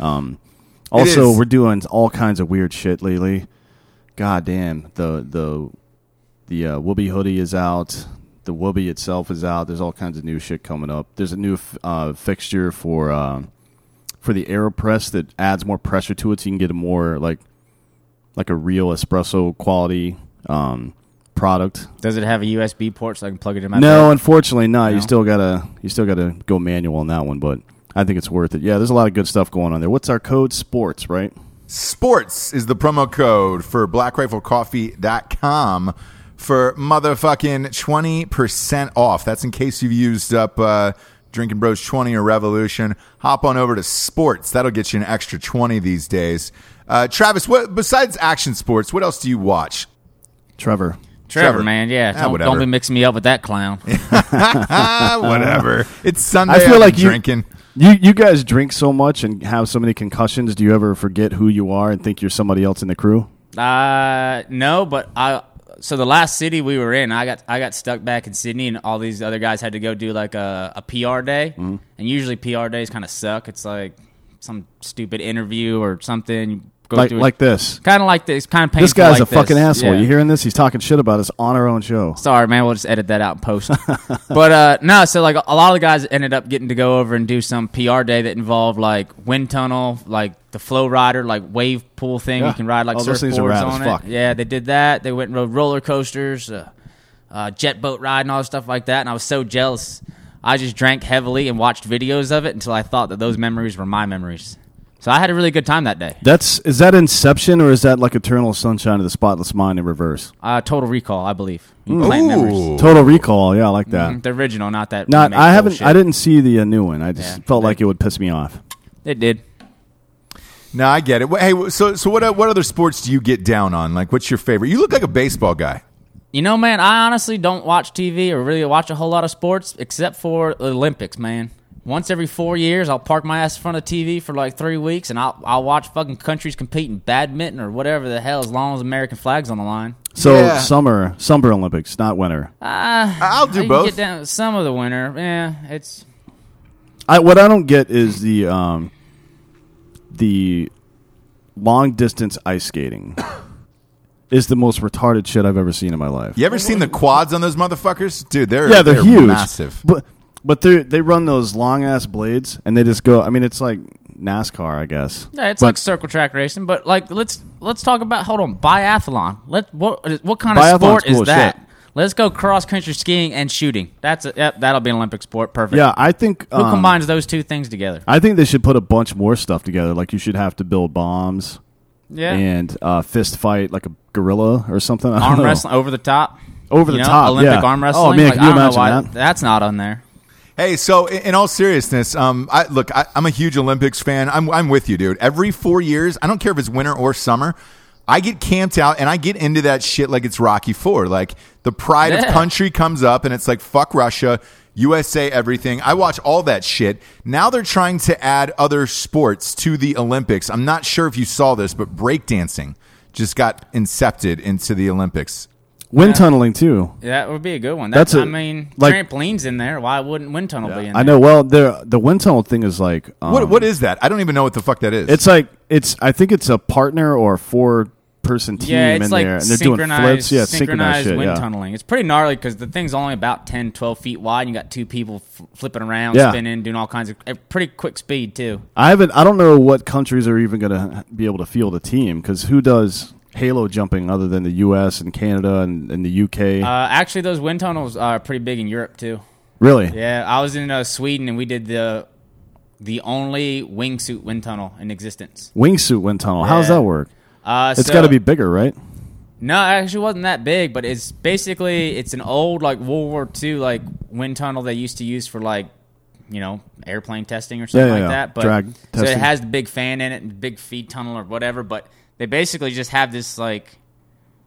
Speaker 2: Um, also,
Speaker 1: is.
Speaker 2: we're doing all kinds of weird shit lately. God damn. The, the, the uh, Whoopi hoodie is out. The Whoopi itself is out. There's all kinds of new shit coming up. There's a new f- uh, fixture for um for the Aeropress that adds more pressure to it, so you can get a more like like a real espresso quality um, product
Speaker 3: Does it have a USB port so I can plug it in my?
Speaker 2: no, unfortunately not.
Speaker 3: No?
Speaker 2: You still gotta you still gotta go manual on that one, but I think it's worth it. Yeah, there's a lot of good stuff going on there. What's our code? Sports, right?
Speaker 1: Sports is the promo code for blackriflecoffee.com for motherfucking 20% off. That's in case you've used up uh, Drinking Bros 20 or Revolution. Hop on over to sports. That'll get you an extra 20 these days. Uh, Travis, what, besides action sports, what else do you watch?
Speaker 2: Trevor.
Speaker 3: Trevor,
Speaker 1: Trevor.
Speaker 3: man, yeah,
Speaker 1: Ah,
Speaker 3: don't,
Speaker 1: whatever.
Speaker 3: don't be mixing me up with that clown.
Speaker 1: Ah, whatever. It's Sunday.
Speaker 2: I feel
Speaker 1: I've
Speaker 2: like
Speaker 1: been
Speaker 2: you,
Speaker 1: drinking.
Speaker 2: You you guys drink so much and have so many concussions. Do you ever forget who you are and think you're somebody else in the crew?
Speaker 3: Uh, no, but I. So the last city we were in, I got I got stuck back in Sydney, and all these other guys had to go do like a, a PR day,
Speaker 2: Mm-hmm.
Speaker 3: and usually PR days kind of suck. It's like some stupid interview or something. You Go
Speaker 2: Like
Speaker 3: through
Speaker 2: like this.
Speaker 3: kind of like this, kind of painful.
Speaker 2: This guy's
Speaker 3: like
Speaker 2: a fucking asshole.
Speaker 3: Yeah.
Speaker 2: You hearing this? He's talking shit about us on our own show.
Speaker 3: Sorry, man. We'll just edit that out in post. but uh, no, so like a lot of the guys ended up getting to go over and do some PR day that involved like wind tunnel, like the flow rider, like wave pool thing.
Speaker 2: Yeah.
Speaker 3: You can ride like
Speaker 2: Oh, those things are
Speaker 3: surfboards
Speaker 2: rad as
Speaker 3: on it.
Speaker 2: fuck.
Speaker 3: Yeah, they did that. They went and rode roller coasters, uh, uh, jet boat ride, and all this stuff like that. And I was so jealous. I just drank heavily and watched videos of it until I thought that those memories were my memories. So I had a really good time that day.
Speaker 2: That's is that Inception or is that like Eternal Sunshine of the Spotless Mind in reverse?
Speaker 3: Uh, total Recall, I believe. You plant
Speaker 1: Ooh.
Speaker 3: memories.
Speaker 2: Total Recall. Yeah, I like that.
Speaker 3: The original, not Mm-hmm. that.
Speaker 2: Not
Speaker 3: remake
Speaker 2: I haven't
Speaker 3: bullshit.
Speaker 2: I didn't see the uh, new one. I just
Speaker 3: Yeah.
Speaker 2: felt like it would piss me off.
Speaker 3: It did.
Speaker 1: No, I get it. Wh- Hey, wh- so so what? o- What other sports do you get down on? Like, what's your favorite? You look like a baseball guy.
Speaker 3: You know, man, I honestly don't watch TV or really watch a whole lot of sports except for the Olympics, man. Once every four years, I'll park my ass in front of TV for like three weeks, and I'll I'll watch fucking countries compete in badminton or whatever the hell, as long as American flags on the line.
Speaker 2: So
Speaker 1: Yeah.
Speaker 2: summer summer Olympics, not winter.
Speaker 1: I'll do
Speaker 3: You can
Speaker 1: both.
Speaker 3: Get down some of the winter, yeah. It's
Speaker 2: I, what I don't get is the um, the long distance ice skating is the most retarded shit I've ever seen in my life.
Speaker 1: You ever seen the quads on those motherfuckers, dude? They're
Speaker 2: yeah, they're, huge,
Speaker 1: massive.
Speaker 2: But but they they run those long ass blades and they just go. I mean, it's like NASCAR, I guess.
Speaker 3: yeah, it's
Speaker 2: But-
Speaker 3: like circle track racing, but like let's let's talk about hold on biathlon. Let what what kind
Speaker 2: Biathlon's
Speaker 3: of sport
Speaker 2: cool
Speaker 3: is
Speaker 2: as
Speaker 3: that?
Speaker 2: shit.
Speaker 3: Let's go cross country skiing and shooting. That's a, yep, that'll be an Olympic sport. Perfect.
Speaker 2: Yeah, I think
Speaker 3: Who
Speaker 2: um,
Speaker 3: combines those two things together?
Speaker 2: I think they should put a bunch more stuff together. Like you should have to build bombs.
Speaker 3: Yeah.
Speaker 2: and uh, fist fight like a gorilla or something. I don't
Speaker 3: arm
Speaker 2: know.
Speaker 3: wrestling over the top.
Speaker 2: Over
Speaker 3: You
Speaker 2: the
Speaker 3: know,
Speaker 2: top,
Speaker 3: Olympic
Speaker 2: yeah.
Speaker 3: arm wrestling.
Speaker 2: Oh, man,
Speaker 3: Like,
Speaker 2: can you
Speaker 3: I don't know
Speaker 2: imagine
Speaker 3: why
Speaker 2: that?
Speaker 3: That's not on there.
Speaker 1: Hey, so in, in all seriousness, um, I, look, I, I'm a huge Olympics fan. I'm, I'm with you, dude. Every four years, I don't care if it's winter or summer, I get camped out and I get into that shit like it's Rocky Four. Like the pride of
Speaker 3: Yeah.
Speaker 1: country comes up and it's like fuck Russia, USA, everything. I watch all that shit. Now they're trying to add other sports to the Olympics. I'm not sure if you saw this, but breakdancing just got incepted into the Olympics.
Speaker 2: Wind tunneling too.
Speaker 3: That would be a good one. That's,
Speaker 2: That's
Speaker 3: I
Speaker 2: a-
Speaker 3: mean,
Speaker 2: like-
Speaker 3: trampolines in there. Why wouldn't wind tunnel be in there?
Speaker 2: I know. Well, the the wind tunnel thing is like um,
Speaker 1: What, what is that? I don't even know what the fuck that is.
Speaker 2: It's like it's. I think it's a partner or four person team
Speaker 3: Yeah, it's
Speaker 2: in
Speaker 3: like
Speaker 2: there, and they're doing
Speaker 3: synchronized,
Speaker 2: flips. Yeah,
Speaker 3: synchronized
Speaker 2: synchronized, shit.
Speaker 3: wind
Speaker 2: yeah.
Speaker 3: tunneling. It's pretty gnarly because the thing's only about 10, 12 feet wide, and you got two people f- flipping around,
Speaker 2: Yeah.
Speaker 3: spinning, doing all kinds of at pretty quick speed too.
Speaker 2: I haven't. I don't know what countries are even going to be able to field a team because who does halo jumping other than the U.S. and Canada and, and the U.K.
Speaker 3: Uh, actually, those wind tunnels are pretty big in Europe too.
Speaker 2: really?
Speaker 3: Yeah, I was in uh, Sweden and we did the the only wingsuit wind tunnel in existence.
Speaker 2: Wingsuit wind tunnel. How does
Speaker 3: Yeah.
Speaker 2: that work?
Speaker 3: Uh,
Speaker 2: It's
Speaker 3: so-
Speaker 2: got to be bigger, right?
Speaker 3: No, it actually wasn't that big, but it's basically it's an old like World War II like wind tunnel they used to use for like you know airplane testing or something
Speaker 2: yeah,
Speaker 3: like
Speaker 2: yeah.
Speaker 3: that. But
Speaker 2: Drag
Speaker 3: so it
Speaker 2: testing.
Speaker 3: has the big fan in it and big feed tunnel or whatever. But they basically just have this like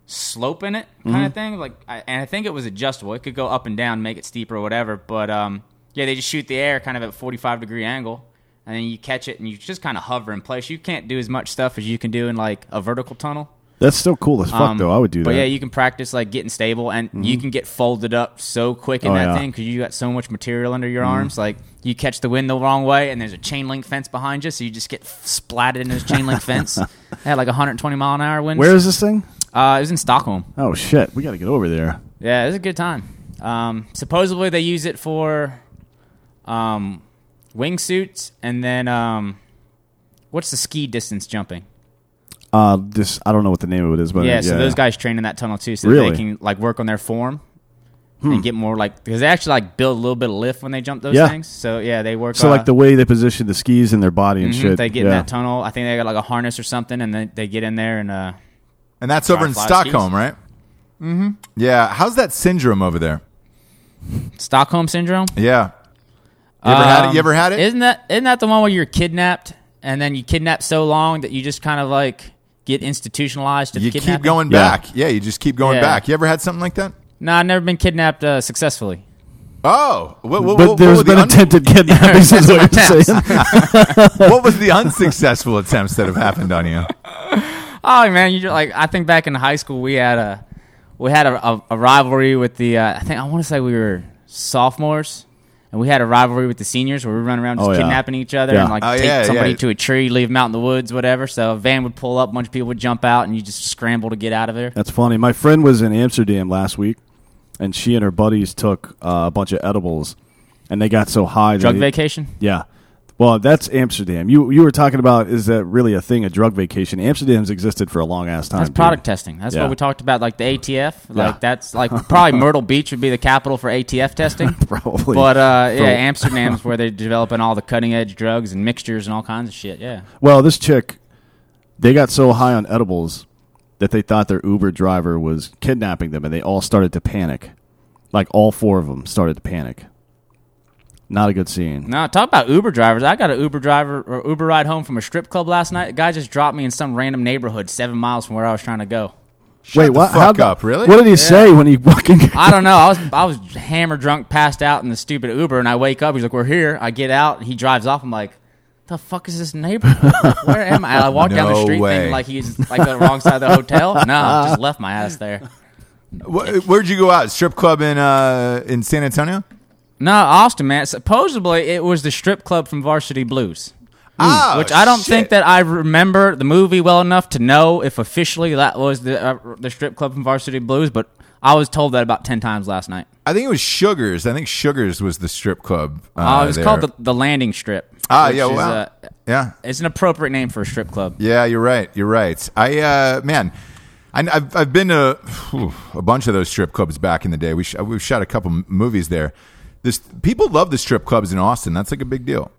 Speaker 3: slope in it kind
Speaker 2: Mm-hmm.
Speaker 3: of thing. Like, I, and I think it was adjustable. It could go up and down, make it steeper or whatever. But um, yeah, they just shoot the air kind of at 45 degree angle, and then you catch it and you just kind of hover in place. You can't do as much stuff as you can do in like a vertical tunnel.
Speaker 2: That's still cool as fuck,
Speaker 3: Um,
Speaker 2: though. I would do
Speaker 3: but
Speaker 2: that. Mm-hmm.
Speaker 3: yeah, you can practice like getting stable, and you can get folded up so quick in
Speaker 2: Oh,
Speaker 3: that
Speaker 2: yeah. Mm-hmm.
Speaker 3: thing because you got so much material under your arms. Like you catch the wind the wrong way, and there's a chain link fence behind you, so you just get splatted into this chain link fence. It had like 120 mile an hour winds.
Speaker 2: Where is this thing?
Speaker 3: uh, it was in Stockholm.
Speaker 2: Oh shit, we got to get over there.
Speaker 3: Yeah, it was a good time. Um, supposedly they use it for um, wingsuits, and then um, what's the ski distance jumping?
Speaker 2: Uh, this I don't know what the name of it is, but
Speaker 3: yeah, so those
Speaker 2: yeah.
Speaker 3: guys train in that tunnel too, so
Speaker 2: Really? Hmm.
Speaker 3: they can like work on their form and get more like because they actually like build a little bit of lift when they jump those
Speaker 2: Yeah.
Speaker 3: things. So yeah, they work.
Speaker 2: So
Speaker 3: uh,
Speaker 2: like the way they position the skis in their body and
Speaker 3: mhm,
Speaker 2: shit.
Speaker 3: They get in
Speaker 2: yeah.
Speaker 3: that tunnel. I think they got like a harness or something, and then they get in there and uh,
Speaker 1: And that's over in
Speaker 3: Firefly
Speaker 1: Stockholm,
Speaker 3: skis.
Speaker 1: right? Mm-hmm. Yeah. How's that syndrome over there?
Speaker 3: Stockholm syndrome. Um,
Speaker 1: Yeah. You ever had it? You ever had it?
Speaker 3: Isn't that isn't that the one where you're kidnapped and then you kidnap so long that you just kind of like get institutionalized? To
Speaker 1: You keep
Speaker 3: kidnapping?
Speaker 1: going
Speaker 2: Yeah.
Speaker 1: back. Yeah, you just keep going
Speaker 3: Yeah.
Speaker 1: back. You ever had something like that?
Speaker 3: No, I've never been kidnapped uh, successfully.
Speaker 1: Oh, what, what,
Speaker 2: But
Speaker 1: what, what,
Speaker 2: there's
Speaker 1: were
Speaker 2: been
Speaker 1: the un-
Speaker 2: attempted kidnappings, is what you're saying.
Speaker 1: what was the unsuccessful attempts that have happened on you?
Speaker 3: Oh man, you just like I think back in high school we had a we had a, a, a rivalry with the uh, I think I want to say we were sophomores. And we had a rivalry with the seniors where we run around just
Speaker 2: Oh, yeah.
Speaker 3: kidnapping each other
Speaker 2: Yeah.
Speaker 3: and like
Speaker 1: Oh,
Speaker 3: take
Speaker 1: yeah,
Speaker 3: somebody
Speaker 1: yeah.
Speaker 3: to a tree, leave them out in the woods, whatever. So a van would pull up, a bunch of people would jump out, and you just scramble to get out of there.
Speaker 2: That's funny. My friend was in Amsterdam last week, and she and her buddies took uh, a bunch of edibles, and they got so high. that
Speaker 3: Drug
Speaker 2: they-
Speaker 3: vacation.
Speaker 2: Yeah. Well, that's Amsterdam. You you were talking about is that really a thing? A drug vacation? Amsterdam's existed for a long ass time.
Speaker 3: That's
Speaker 2: dude.
Speaker 3: product testing. That's
Speaker 2: Yeah.
Speaker 3: what we talked about, like the ATF. Like
Speaker 2: Yeah.
Speaker 3: that's like probably Myrtle Beach would be the capital for ATF testing.
Speaker 2: Probably.
Speaker 3: But uh, yeah, Amsterdam's where they're developing all the cutting edge drugs and mixtures and all kinds of shit. Yeah,
Speaker 2: Well, this chick, they got so high on edibles that they thought their Uber driver was kidnapping them, and they all started to panic. Like all four of them started to panic. Not a good scene.
Speaker 3: no, talk about Uber drivers. I got an Uber driver or Uber ride home from a strip club last night. The guy just dropped me in some random neighborhood seven miles from where I was trying to go.
Speaker 1: Shut the
Speaker 2: how
Speaker 1: fuck
Speaker 2: the-
Speaker 1: up, really?
Speaker 2: What did he say when he fucking?
Speaker 3: I don't know. I was I was hammer drunk, passed out in the stupid Uber, and I wake up. He's like, "We're here." I get out, and he drives off. I'm like, "The fuck is this neighborhood? Where am I?" I walk down the
Speaker 1: No
Speaker 3: street,
Speaker 1: way.
Speaker 3: thinking like he's like the wrong side of the hotel. No, I just left my ass there.
Speaker 1: Wh- Where'd you go out? Strip club in uh, in San Antonio?
Speaker 3: No, Austin, man. Supposedly it was the strip club from Varsity Blues.
Speaker 1: Ah,
Speaker 3: Hmm. Which I don't
Speaker 1: shit.
Speaker 3: think that I remember the movie well enough to know if officially that was the uh, the strip club from Varsity Blues, but I was told that about ten times last night.
Speaker 1: I think it was Sugars. I think Sugars was the strip club. Uh,
Speaker 3: Uh, it was
Speaker 1: there.
Speaker 3: called the, the Landing Strip.
Speaker 1: Ah,
Speaker 3: which
Speaker 1: yeah,
Speaker 3: is,
Speaker 1: wow.
Speaker 3: uh,
Speaker 1: yeah.
Speaker 3: It's an appropriate name for a strip club.
Speaker 1: Yeah, you're right. You're right. I uh, man, I, I've I've been to whew, a bunch of those strip clubs back in the day. We sh- we've shot a couple m- movies there. This people love the strip clubs in Austin. That's like a big deal.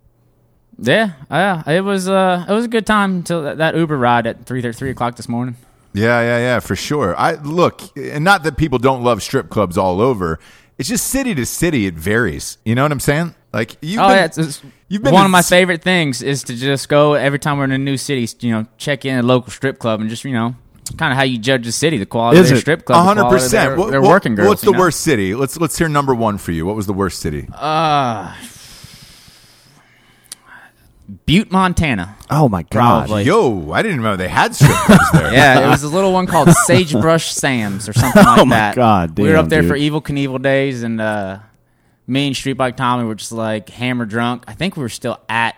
Speaker 3: Yeah, yeah. It was uh, it was a good time until that, that Uber ride at three thir- three o'clock this morning.
Speaker 1: Yeah, yeah, yeah, for sure. I look, and not that people don't love strip clubs all over. It's just city to city, it varies. You know what I'm saying? Like you.
Speaker 3: Oh yeah, it's, it's
Speaker 1: you've been
Speaker 3: one
Speaker 1: to
Speaker 3: of my
Speaker 1: s-
Speaker 3: favorite things is to just go every time we're in a new city. You know, check in a local strip club and just you know, kind of how you judge the city, the quality
Speaker 2: Is
Speaker 3: of
Speaker 2: it?
Speaker 3: their strip club, the
Speaker 1: hundred
Speaker 3: quality of
Speaker 1: percent.
Speaker 3: their- Their working girls.
Speaker 1: What's
Speaker 3: you
Speaker 1: the
Speaker 3: know? Uh,
Speaker 1: worst city? Let's let's hear number one for you. What was the worst city?
Speaker 3: Butte, Montana.
Speaker 2: oh my god!
Speaker 3: Probably.
Speaker 1: Yo, I didn't remember they had strip clubs there.
Speaker 3: Yeah, it was a little one called Sagebrush Sam's or something like
Speaker 2: Oh my
Speaker 3: that.
Speaker 2: God,
Speaker 3: we were
Speaker 2: damn,
Speaker 3: up there for
Speaker 2: dude.
Speaker 3: Evil Knievel days, and uh, me and Street Bike Tommy were just like hammer drunk. I think we were still at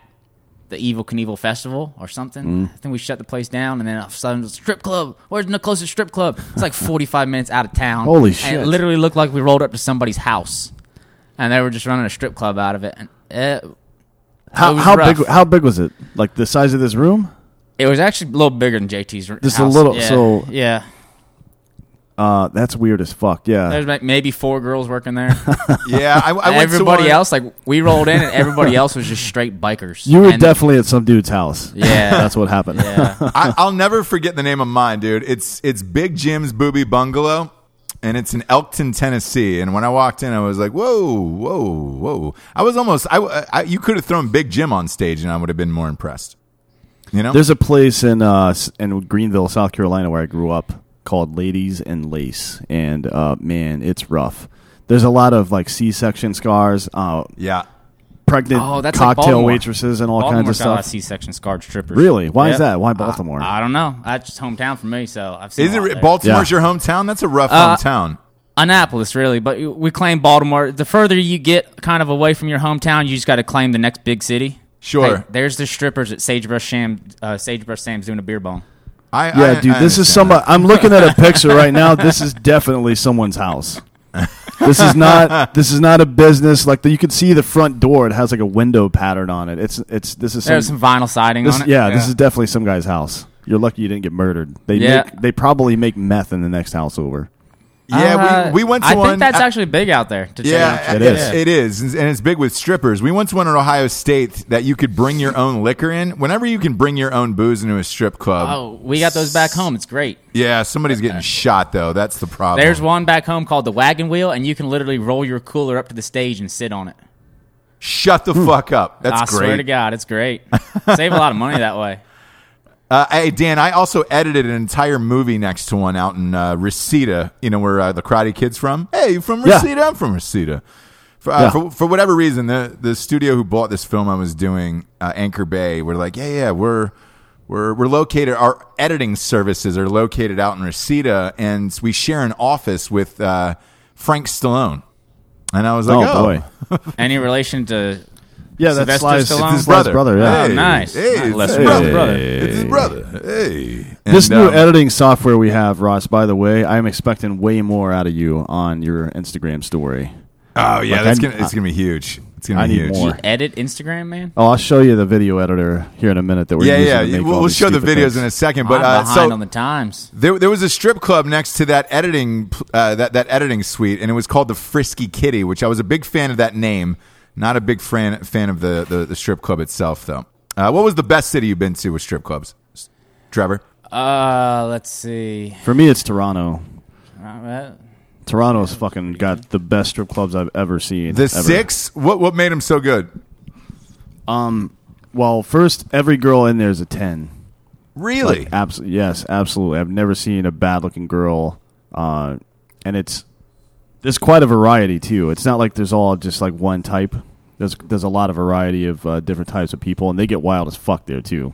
Speaker 3: the Evil Knievel Festival or something.
Speaker 2: Mm.
Speaker 3: I think we shut the place down, and then all of a sudden, it was, strip club. Where's the closest strip club? It's like forty five minutes out of town.
Speaker 2: Holy
Speaker 3: And
Speaker 2: shit.
Speaker 3: it literally looked like we rolled up to somebody's house, and they were just running a strip club out of it. And it,
Speaker 2: How,
Speaker 3: it was
Speaker 2: how
Speaker 3: rough.
Speaker 2: big? How big was it? Like the size of this room?
Speaker 3: It was actually a little bigger than JT's.
Speaker 2: Just a
Speaker 3: house.
Speaker 2: little-
Speaker 3: Yeah,
Speaker 2: so-
Speaker 3: yeah.
Speaker 2: Uh, that's weird as fuck. Yeah.
Speaker 3: There's like maybe four girls working there.
Speaker 1: yeah. I, I went to
Speaker 3: everybody
Speaker 1: one-
Speaker 3: else, like we rolled in, and everybody else was just straight bikers.
Speaker 2: You were
Speaker 3: And-
Speaker 2: definitely at some dude's house.
Speaker 3: Yeah.
Speaker 2: that's what happened.
Speaker 3: Yeah.
Speaker 1: I, I'll never forget the name of mine, dude. It's it's Big Jim's Booby Bungalow, and it's in Elkton, Tennessee. And when I walked in, I was like, "Whoa, whoa, whoa!" I was almost I, I you could have thrown Big Jim on stage, and I would have been more impressed. You know,
Speaker 2: There's a place in uh, s- in Greenville, South Carolina, where I grew up called Ladies and Lace, and uh, man, it's rough. There's a lot of like C-section scars, uh,
Speaker 1: yeah.
Speaker 2: pregnant
Speaker 3: Oh, that's like
Speaker 2: cocktail
Speaker 3: Baltimore.
Speaker 2: waitresses, and all kinds
Speaker 3: Baltimore's got a lot
Speaker 2: of
Speaker 3: of
Speaker 2: stuff.
Speaker 3: C-section scarred strippers.
Speaker 2: Really? Why is
Speaker 3: Yeah.
Speaker 2: that? Why Baltimore?
Speaker 3: I don't know. That's just hometown for me, so I've seen.
Speaker 1: Is it
Speaker 3: a lot
Speaker 1: re-
Speaker 3: there.
Speaker 1: Baltimore's
Speaker 2: Yeah.
Speaker 1: your hometown? That's a rough
Speaker 3: Uh,
Speaker 1: hometown.
Speaker 3: Annapolis, really, but we claim Baltimore. The further you get kind of away from your hometown, you just got to claim the next big city.
Speaker 1: Sure.
Speaker 3: Hey, there's the strippers at Sagebrush Sham, uh, Sagebrush Sam's doing a beer bong.
Speaker 1: I,
Speaker 2: yeah,
Speaker 1: I-
Speaker 2: dude,
Speaker 1: I
Speaker 2: this
Speaker 1: understand
Speaker 2: is some.
Speaker 1: that.
Speaker 2: I'm looking at a picture right now. This is definitely someone's house. This is not. This is not a business. Like you can see the front door. It has like a window pattern on it. It's. It's. This is. Some,
Speaker 3: There's some vinyl siding
Speaker 2: this,
Speaker 3: on it.
Speaker 2: yeah, this is definitely some guy's house. You're lucky you didn't get murdered. They.
Speaker 3: Yeah.
Speaker 2: Make, they probably make meth in the next house over.
Speaker 1: Yeah, we, we went to
Speaker 3: Uh, I
Speaker 1: one.
Speaker 3: think that's
Speaker 1: I-
Speaker 3: actually big out there. To
Speaker 1: Yeah,
Speaker 3: yeah,
Speaker 2: It
Speaker 1: it is.
Speaker 2: is.
Speaker 1: It is, and it's big with strippers. We once went in Ohio State that you could bring your own liquor in. Whenever you can bring your own booze into a strip club,
Speaker 3: Oh, we got those back home. It's great.
Speaker 1: yeah, somebody's getting shot though. That's the problem.
Speaker 3: There's one back home called the wagon wheel, and you can literally roll your cooler up to the stage and sit on it.
Speaker 1: Shut the fuck up. That's
Speaker 3: Hmm. I
Speaker 1: great.
Speaker 3: swear to God, it's great. Save a lot of money that way.
Speaker 1: Uh, hey Dan, I also edited an entire movie next to one out in uh, Reseda. You know where uh, the Karate Kid's from? Hey, you from
Speaker 2: Yeah.
Speaker 1: Reseda? I'm from Reseda. For, uh,
Speaker 2: Yeah.
Speaker 1: for, for whatever reason, the the studio who bought this film I was doing, uh, Anchor Bay, were like, yeah, yeah, we're we're we're located. Our editing services are located out in Reseda, and we share an office with uh, Frank Stallone. And I was like,
Speaker 2: oh, boy.
Speaker 3: Any relation to?
Speaker 2: Yeah,
Speaker 3: Sylvester
Speaker 2: that's Sly's,
Speaker 3: Stallone?
Speaker 2: that's
Speaker 1: His
Speaker 2: Sly's
Speaker 1: brother,
Speaker 2: brother. Yeah.
Speaker 1: Hey,
Speaker 3: Oh, nice.
Speaker 1: Hey, it's
Speaker 3: Nice.
Speaker 1: his
Speaker 3: Hey.
Speaker 1: brother.
Speaker 3: Brother.
Speaker 1: It's his brother. Hey,
Speaker 2: This
Speaker 1: And,
Speaker 2: new
Speaker 1: um,
Speaker 2: editing software we have, Ross. By the way, I'm expecting way more out of you on your Instagram story.
Speaker 1: Oh yeah,
Speaker 2: Like,
Speaker 1: that's
Speaker 2: I-
Speaker 1: gonna, it's gonna be huge. It's gonna
Speaker 2: I
Speaker 1: be
Speaker 2: need
Speaker 1: huge.
Speaker 2: more.
Speaker 3: Edit Instagram, man.
Speaker 2: Oh, I'll show you the video editor here in a minute that we're
Speaker 1: Yeah,
Speaker 2: using
Speaker 1: yeah.
Speaker 2: to make
Speaker 1: We'll,
Speaker 2: all
Speaker 1: we'll
Speaker 2: these
Speaker 1: show the
Speaker 2: stupid
Speaker 1: videos
Speaker 2: things.
Speaker 1: in a second,
Speaker 3: But
Speaker 1: but
Speaker 3: I'm
Speaker 1: uh,
Speaker 3: behind
Speaker 1: so
Speaker 3: on the times.
Speaker 1: there, there was a strip club next to that editing pl- uh, that that editing suite, and it was called the Frisky Kitty, which I was a big fan of that name. Not a big fan fan of the the, the strip club itself, though. Uh, what was the best city you've been to with strip clubs, S- Trevor?
Speaker 3: Uh, let's see.
Speaker 2: For me, it's Toronto.
Speaker 3: Uh,
Speaker 2: Toronto's fucking got the best strip clubs I've ever seen.
Speaker 1: The
Speaker 2: ever.
Speaker 1: six. What what made him so good?
Speaker 2: Um, Well, first, every girl in there is a ten.
Speaker 1: Really?
Speaker 2: Abs- yes, absolutely. I've never seen a bad-looking girl, uh, and it's there's quite a variety too. It's not like there's all just like one type. There's there's a lot of variety of uh, different types of people, and they get wild as fuck there too.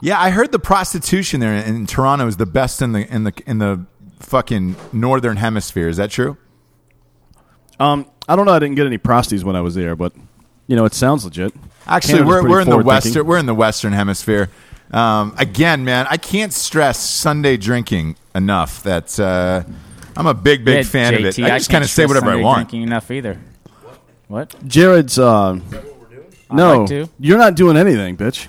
Speaker 1: Yeah, I heard the prostitution there in, in Toronto is the best in the in the in the fucking northern hemisphere. Is that true?
Speaker 2: Um, I don't know. I didn't get any prosties when I was there, but you know, it sounds legit.
Speaker 1: Actually,
Speaker 2: Canada's
Speaker 1: we're,
Speaker 2: pretty
Speaker 1: we're in the
Speaker 2: forward-thinking.
Speaker 1: western we're in the western hemisphere. Um, again, man, I can't stress Sunday drinking enough. That uh, I'm a big, big
Speaker 3: yeah,
Speaker 1: fan of it.
Speaker 3: JT,
Speaker 1: I just
Speaker 3: can't
Speaker 1: kind of say
Speaker 3: stress
Speaker 1: whatever I
Speaker 3: Sunday
Speaker 1: want.
Speaker 3: Drinking enough either. What?
Speaker 2: Jared's. Uh, no,
Speaker 3: like to.
Speaker 2: you're not doing anything, bitch.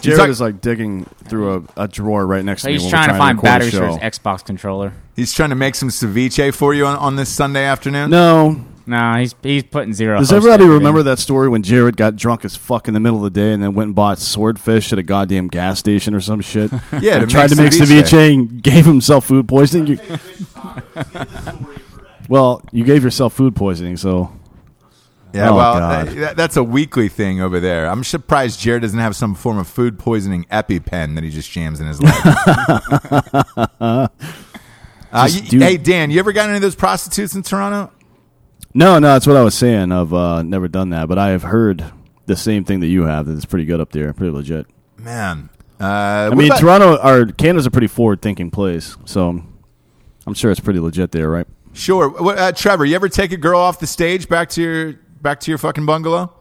Speaker 1: He's
Speaker 2: Jared
Speaker 1: like-
Speaker 2: is like digging through a, a drawer right next to me.
Speaker 3: He's
Speaker 2: when we're
Speaker 3: trying to find
Speaker 2: record a
Speaker 3: batteries for his
Speaker 2: show.
Speaker 3: Xbox controller.
Speaker 1: He's trying to make some ceviche for you on, on this Sunday afternoon.
Speaker 2: No.
Speaker 3: No, he's he's putting zero.
Speaker 2: Does
Speaker 3: host
Speaker 2: everybody
Speaker 3: everything.
Speaker 2: remember that story when Jared got drunk as fuck in the middle of the day and then went and bought swordfish at a goddamn gas station or some shit?
Speaker 1: Yeah,
Speaker 2: And
Speaker 1: to
Speaker 2: tried to
Speaker 1: make
Speaker 2: make
Speaker 1: ceviche.
Speaker 2: ceviche and gave himself food poisoning. You- well, you gave yourself food poisoning, so
Speaker 1: Yeah,
Speaker 2: Oh,
Speaker 1: well,
Speaker 2: God.
Speaker 1: th- that- that's a weekly thing over there. I'm surprised Jared doesn't have some form of food poisoning EpiPen that he just jams in his leg. uh,
Speaker 2: Just
Speaker 1: y-
Speaker 2: do-
Speaker 1: hey, Dan, you ever got any of those prostitutes in Toronto?
Speaker 2: No, no, that's what I was saying. I've uh, never done that, but I have heard the same thing that you have. That it's pretty good up there, pretty legit.
Speaker 1: Man, uh,
Speaker 2: I mean, Toronto or Canada's a pretty forward-thinking place, so I'm sure it's pretty legit there, right?
Speaker 1: Sure, what, uh, Trevor. You ever take a girl off the stage back to your back to your fucking bungalow?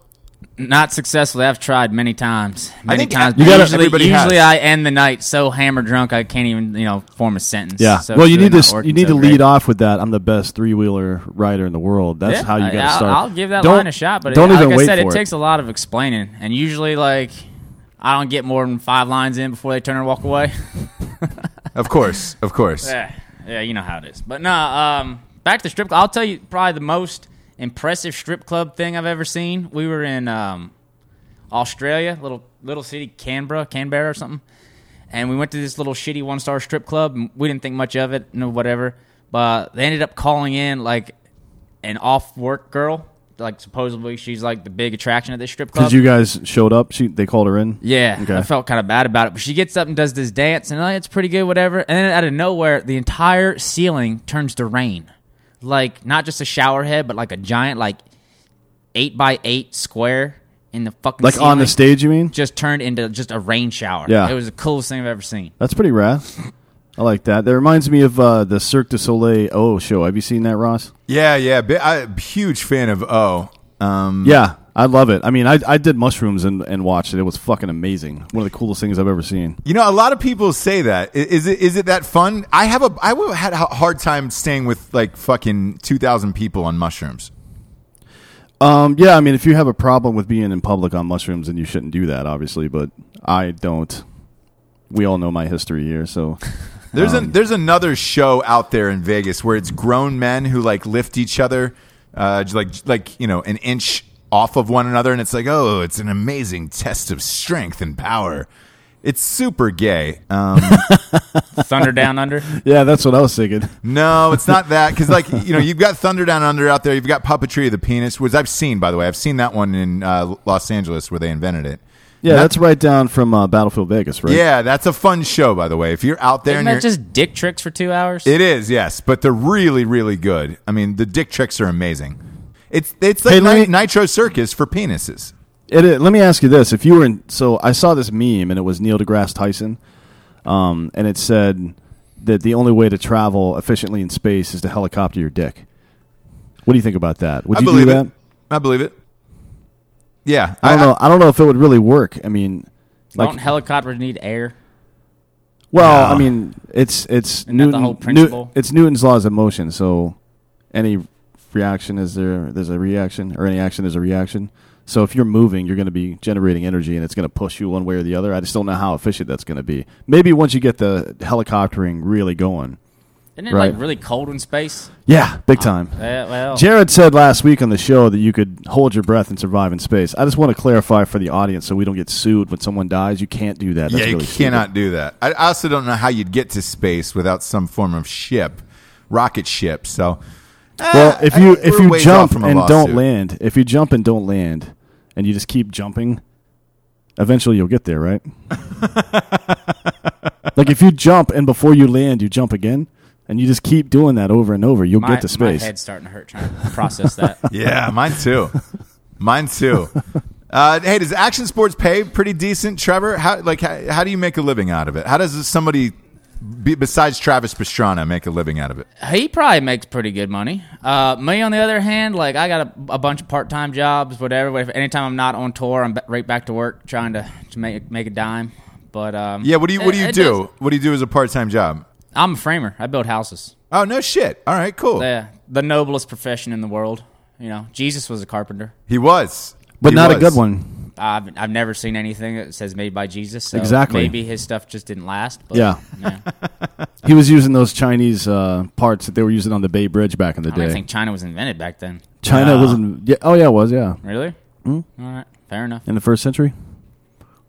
Speaker 3: Not successfully. I've tried many times. Many
Speaker 1: think
Speaker 3: times.
Speaker 1: you
Speaker 3: but
Speaker 1: gotta-
Speaker 3: usually,
Speaker 1: everybody has.
Speaker 3: usually I end the night so hammer drunk I can't even you know form a sentence.
Speaker 2: Yeah.
Speaker 3: So
Speaker 2: well,
Speaker 3: it's
Speaker 2: you
Speaker 3: really
Speaker 2: need to
Speaker 3: not
Speaker 2: s- you
Speaker 3: working
Speaker 2: need
Speaker 3: so
Speaker 2: to
Speaker 3: great.
Speaker 2: lead off with that. I'm the best three-wheeler rider in the world. That's
Speaker 3: Yeah,
Speaker 2: how you got
Speaker 3: I-
Speaker 2: to start.
Speaker 3: I'll give that
Speaker 2: Don't-
Speaker 3: line a shot, but
Speaker 2: don't
Speaker 3: it,
Speaker 2: even
Speaker 3: like
Speaker 2: wait
Speaker 3: I said,
Speaker 2: for
Speaker 3: it takes a lot of explaining, and usually like I don't get more than five lines in before they turn and walk away.
Speaker 1: Of course, of course.
Speaker 3: yeah, Eh, yeah, you know how it is. But no, um, back to the strip club. I'll tell you probably the most impressive strip club thing I've ever seen. We were in um, Australia, little little city Canberra, Canberra or something, and we went to this little shitty one star strip club. and We didn't think much of it, no whatever. But they ended up calling in like an off work girl like supposedly she's like the big attraction at this strip club.
Speaker 2: Because you guys showed up. She they called her in.
Speaker 3: Yeah,
Speaker 2: Okay.
Speaker 3: I felt kind of bad about it. But she gets up and does this dance, and like, it's pretty good, whatever. And then out of nowhere, the entire ceiling turns to rain, like not just a shower head, but like a giant, like eight by eight square in the fucking
Speaker 2: like on the
Speaker 3: ceiling
Speaker 2: stage. You mean?
Speaker 3: just turned into just a rain shower.
Speaker 2: Yeah.
Speaker 3: it was the coolest thing I've ever seen.
Speaker 2: That's pretty rad. I like that. That reminds me of uh, the Cirque du Soleil O show. Have you seen that, Ross?
Speaker 1: Yeah, yeah. Bi- I, huge fan of O. Um,
Speaker 2: Yeah, I love it. I mean, I, I did mushrooms and, and watched it. It was fucking amazing. One of the coolest things I've ever seen.
Speaker 1: You know, a lot of people say that. I- Is it is it that fun? I have a I would- had a hard time staying with like fucking two thousand people on mushrooms.
Speaker 2: Um, yeah, I mean, if you have a problem with being in public on mushrooms, then you shouldn't do that, obviously. But I don't. We all know my history here, so
Speaker 1: There's a, there's another show out there in Vegas where it's grown men who like lift each other, uh, j- like like you know an inch off of one another, and it's like oh, it's an amazing test of strength and power. It's super gay. Um,
Speaker 3: Thunder down under.
Speaker 2: yeah, that's what I was thinking.
Speaker 1: no, it's not that because like you know you've got Thunder Down Under out there. You've got Puppetry of the Penis, which I've seen by the way. I've seen that one in uh, Los Angeles where they invented it.
Speaker 2: Yeah, that's right down from uh, Battlefield Vegas, right?
Speaker 1: Yeah, that's a fun show, by the way. If you're out there, and
Speaker 3: Isn't that
Speaker 1: you're-
Speaker 3: just dick tricks for two hours?
Speaker 1: it is, yes, but they're really, really good. I mean, the dick tricks are amazing. It's it's like
Speaker 2: Hey, let
Speaker 1: ni-
Speaker 2: me-
Speaker 1: Nitro Circus for penises.
Speaker 2: It, it- let me ask you this: If you were in, so I saw this meme, and it was Neil deGrasse Tyson, um, and it said that the only way to travel efficiently in space is to helicopter your dick. What do you think about that? Would
Speaker 1: I
Speaker 2: you
Speaker 1: believe
Speaker 2: do that?
Speaker 1: it. I believe it. Yeah,
Speaker 2: I don't know. I don't know if it would really work. I mean, like,
Speaker 3: Don't helicopters need air?
Speaker 2: well,
Speaker 1: No.
Speaker 2: I mean, it's it's
Speaker 3: Isn't that the
Speaker 2: Newton-
Speaker 3: whole
Speaker 2: New-
Speaker 3: principle?
Speaker 2: it's Newton's laws of motion. So, any reaction is there? There's a reaction, or any action is a reaction. So, if you're moving, you're going to be generating energy, and it's going to push you one way or the other. I just don't know how efficient that's going to be. Maybe once you get the helicoptering really going,
Speaker 3: Isn't it
Speaker 2: Right.
Speaker 3: like really cold in space?
Speaker 2: yeah, big time.
Speaker 3: Ah, Yeah, Oh. well,
Speaker 2: Jared said last week on the show that you could hold your breath and survive in space. I just want to clarify for the audience so we don't get sued when someone dies. You can't do that. That's
Speaker 1: yeah, you
Speaker 2: really stupid.
Speaker 1: cannot do that. I, I also don't know how you'd get to space without some form of ship, rocket ship. So, ah,
Speaker 2: Well, if
Speaker 1: I
Speaker 2: you
Speaker 1: think
Speaker 2: if
Speaker 1: we're
Speaker 2: you
Speaker 1: ways
Speaker 2: jump
Speaker 1: off from a
Speaker 2: and don't
Speaker 1: lawsuit.
Speaker 2: land, if you jump and don't land, and you just keep jumping, eventually you'll get there, right? like if you jump and before you land, you jump again, and you just keep doing that over and over, you'll
Speaker 3: my,
Speaker 2: get to
Speaker 3: my
Speaker 2: space.
Speaker 3: head's starting to hurt trying to process that.
Speaker 1: yeah, mine too, mine too. Uh, hey, does action sports pay pretty decent, Trevor? How like how, how do you make a living out of it? How does somebody be, besides Travis Pastrana make a living out of it?
Speaker 3: he probably makes pretty good money. Uh, me, on the other hand, like I got a, a bunch of part time jobs, whatever. But if, anytime I'm not on tour, I'm ba- right back to work trying to, to make make a dime. But um,
Speaker 1: Yeah, what do you what do
Speaker 3: it-
Speaker 1: you
Speaker 3: it
Speaker 1: do?
Speaker 3: does-
Speaker 1: What do you do as a part time job?
Speaker 3: I'm a framer. I build houses.
Speaker 1: Oh no shit! All right, cool.
Speaker 3: Yeah, the noblest profession in the world. You know, Jesus was a carpenter.
Speaker 1: He was,
Speaker 2: but
Speaker 1: He
Speaker 2: not a
Speaker 1: was.
Speaker 2: good one.
Speaker 3: I've I've never seen anything that says made by Jesus. So
Speaker 2: Exactly.
Speaker 3: Maybe his stuff just didn't last. But
Speaker 2: Yeah.
Speaker 3: yeah.
Speaker 2: He was using those Chinese uh, parts that they were using on the Bay Bridge back in the
Speaker 3: Oh, I don't even
Speaker 2: day.
Speaker 3: think China was invented back then.
Speaker 2: China
Speaker 1: Yeah.
Speaker 2: wasn't. Yeah, oh yeah, it was yeah
Speaker 3: Really?
Speaker 1: Hmm?
Speaker 3: All right. Fair enough.
Speaker 2: in the first century.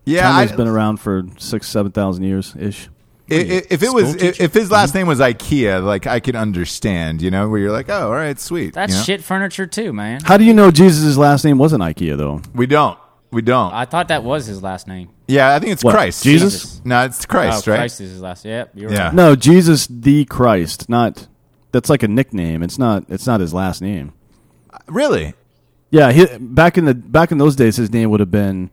Speaker 1: Yeah,
Speaker 2: China's
Speaker 1: I-
Speaker 2: been around for six, seven thousand years ish.
Speaker 1: i- i- if it was if, if his
Speaker 2: Mm-hmm.
Speaker 1: last name was IKEA, like I could understand, you know, where you're like, oh, all right, sweet.
Speaker 3: That's
Speaker 1: you know?
Speaker 3: shit furniture too, man.
Speaker 2: How do you know Jesus' last name wasn't IKEA though?
Speaker 1: We don't, we don't.
Speaker 3: I thought that was his last name.
Speaker 1: yeah, I think it's
Speaker 2: What,
Speaker 1: Christ.
Speaker 2: Jesus?
Speaker 3: Jesus.
Speaker 1: No, it's Christ,
Speaker 3: oh,
Speaker 1: right?
Speaker 3: Christ is his last. Yep. You're
Speaker 1: Yeah.
Speaker 3: Right.
Speaker 2: No, Jesus the Christ. Not that's like a nickname. It's not. It's not his last name.
Speaker 1: Really?
Speaker 2: Yeah, he, back in the back in those days, his name would have been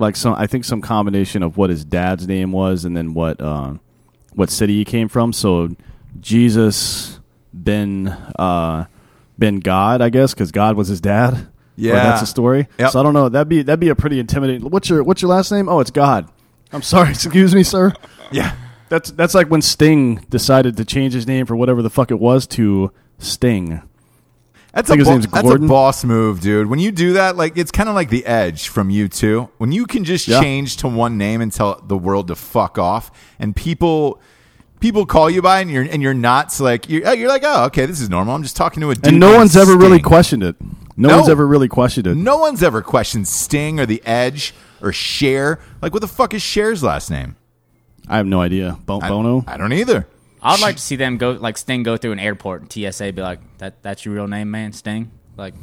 Speaker 2: like some. I think some combination of what his dad's name was and then what um, what city he came from. So Jesus Ben uh, Ben God, I guess, because God was his dad. Or
Speaker 1: Yeah.
Speaker 2: that's a story.
Speaker 1: Yep.
Speaker 2: So I don't know. That'd be that'd be a pretty intimidating. What's your what's your last name? Oh, it's God. I'm sorry. Excuse me, sir.
Speaker 1: Yeah.
Speaker 2: That's that's like when Sting decided to change his name for whatever the fuck it was to Sting.
Speaker 1: That's a,
Speaker 2: think his
Speaker 1: bo-
Speaker 2: name's
Speaker 1: that's a
Speaker 2: Gordon.
Speaker 1: boss move, dude. When you do that, like it's kind of like the Edge from you two. When you can just
Speaker 2: Yeah.
Speaker 1: change to one name and tell the world to fuck off, and people people call you by, it and you're and you're not so like you're, you're like oh okay this is normal. I'm just talking to a dude
Speaker 2: And no
Speaker 1: named
Speaker 2: one's ever really
Speaker 1: Sting.
Speaker 2: questioned it. No,
Speaker 1: No.
Speaker 2: one's ever really questioned it.
Speaker 1: No one's ever questioned Sting or the Edge or Cher. Like what the fuck is Cher's last name?
Speaker 2: I have no idea. Bo-
Speaker 1: I-
Speaker 2: Bono.
Speaker 1: I don't either.
Speaker 3: I'd like to see them go like Sting go through an airport and TSA be like, "That that's your real name, man, Sting." Like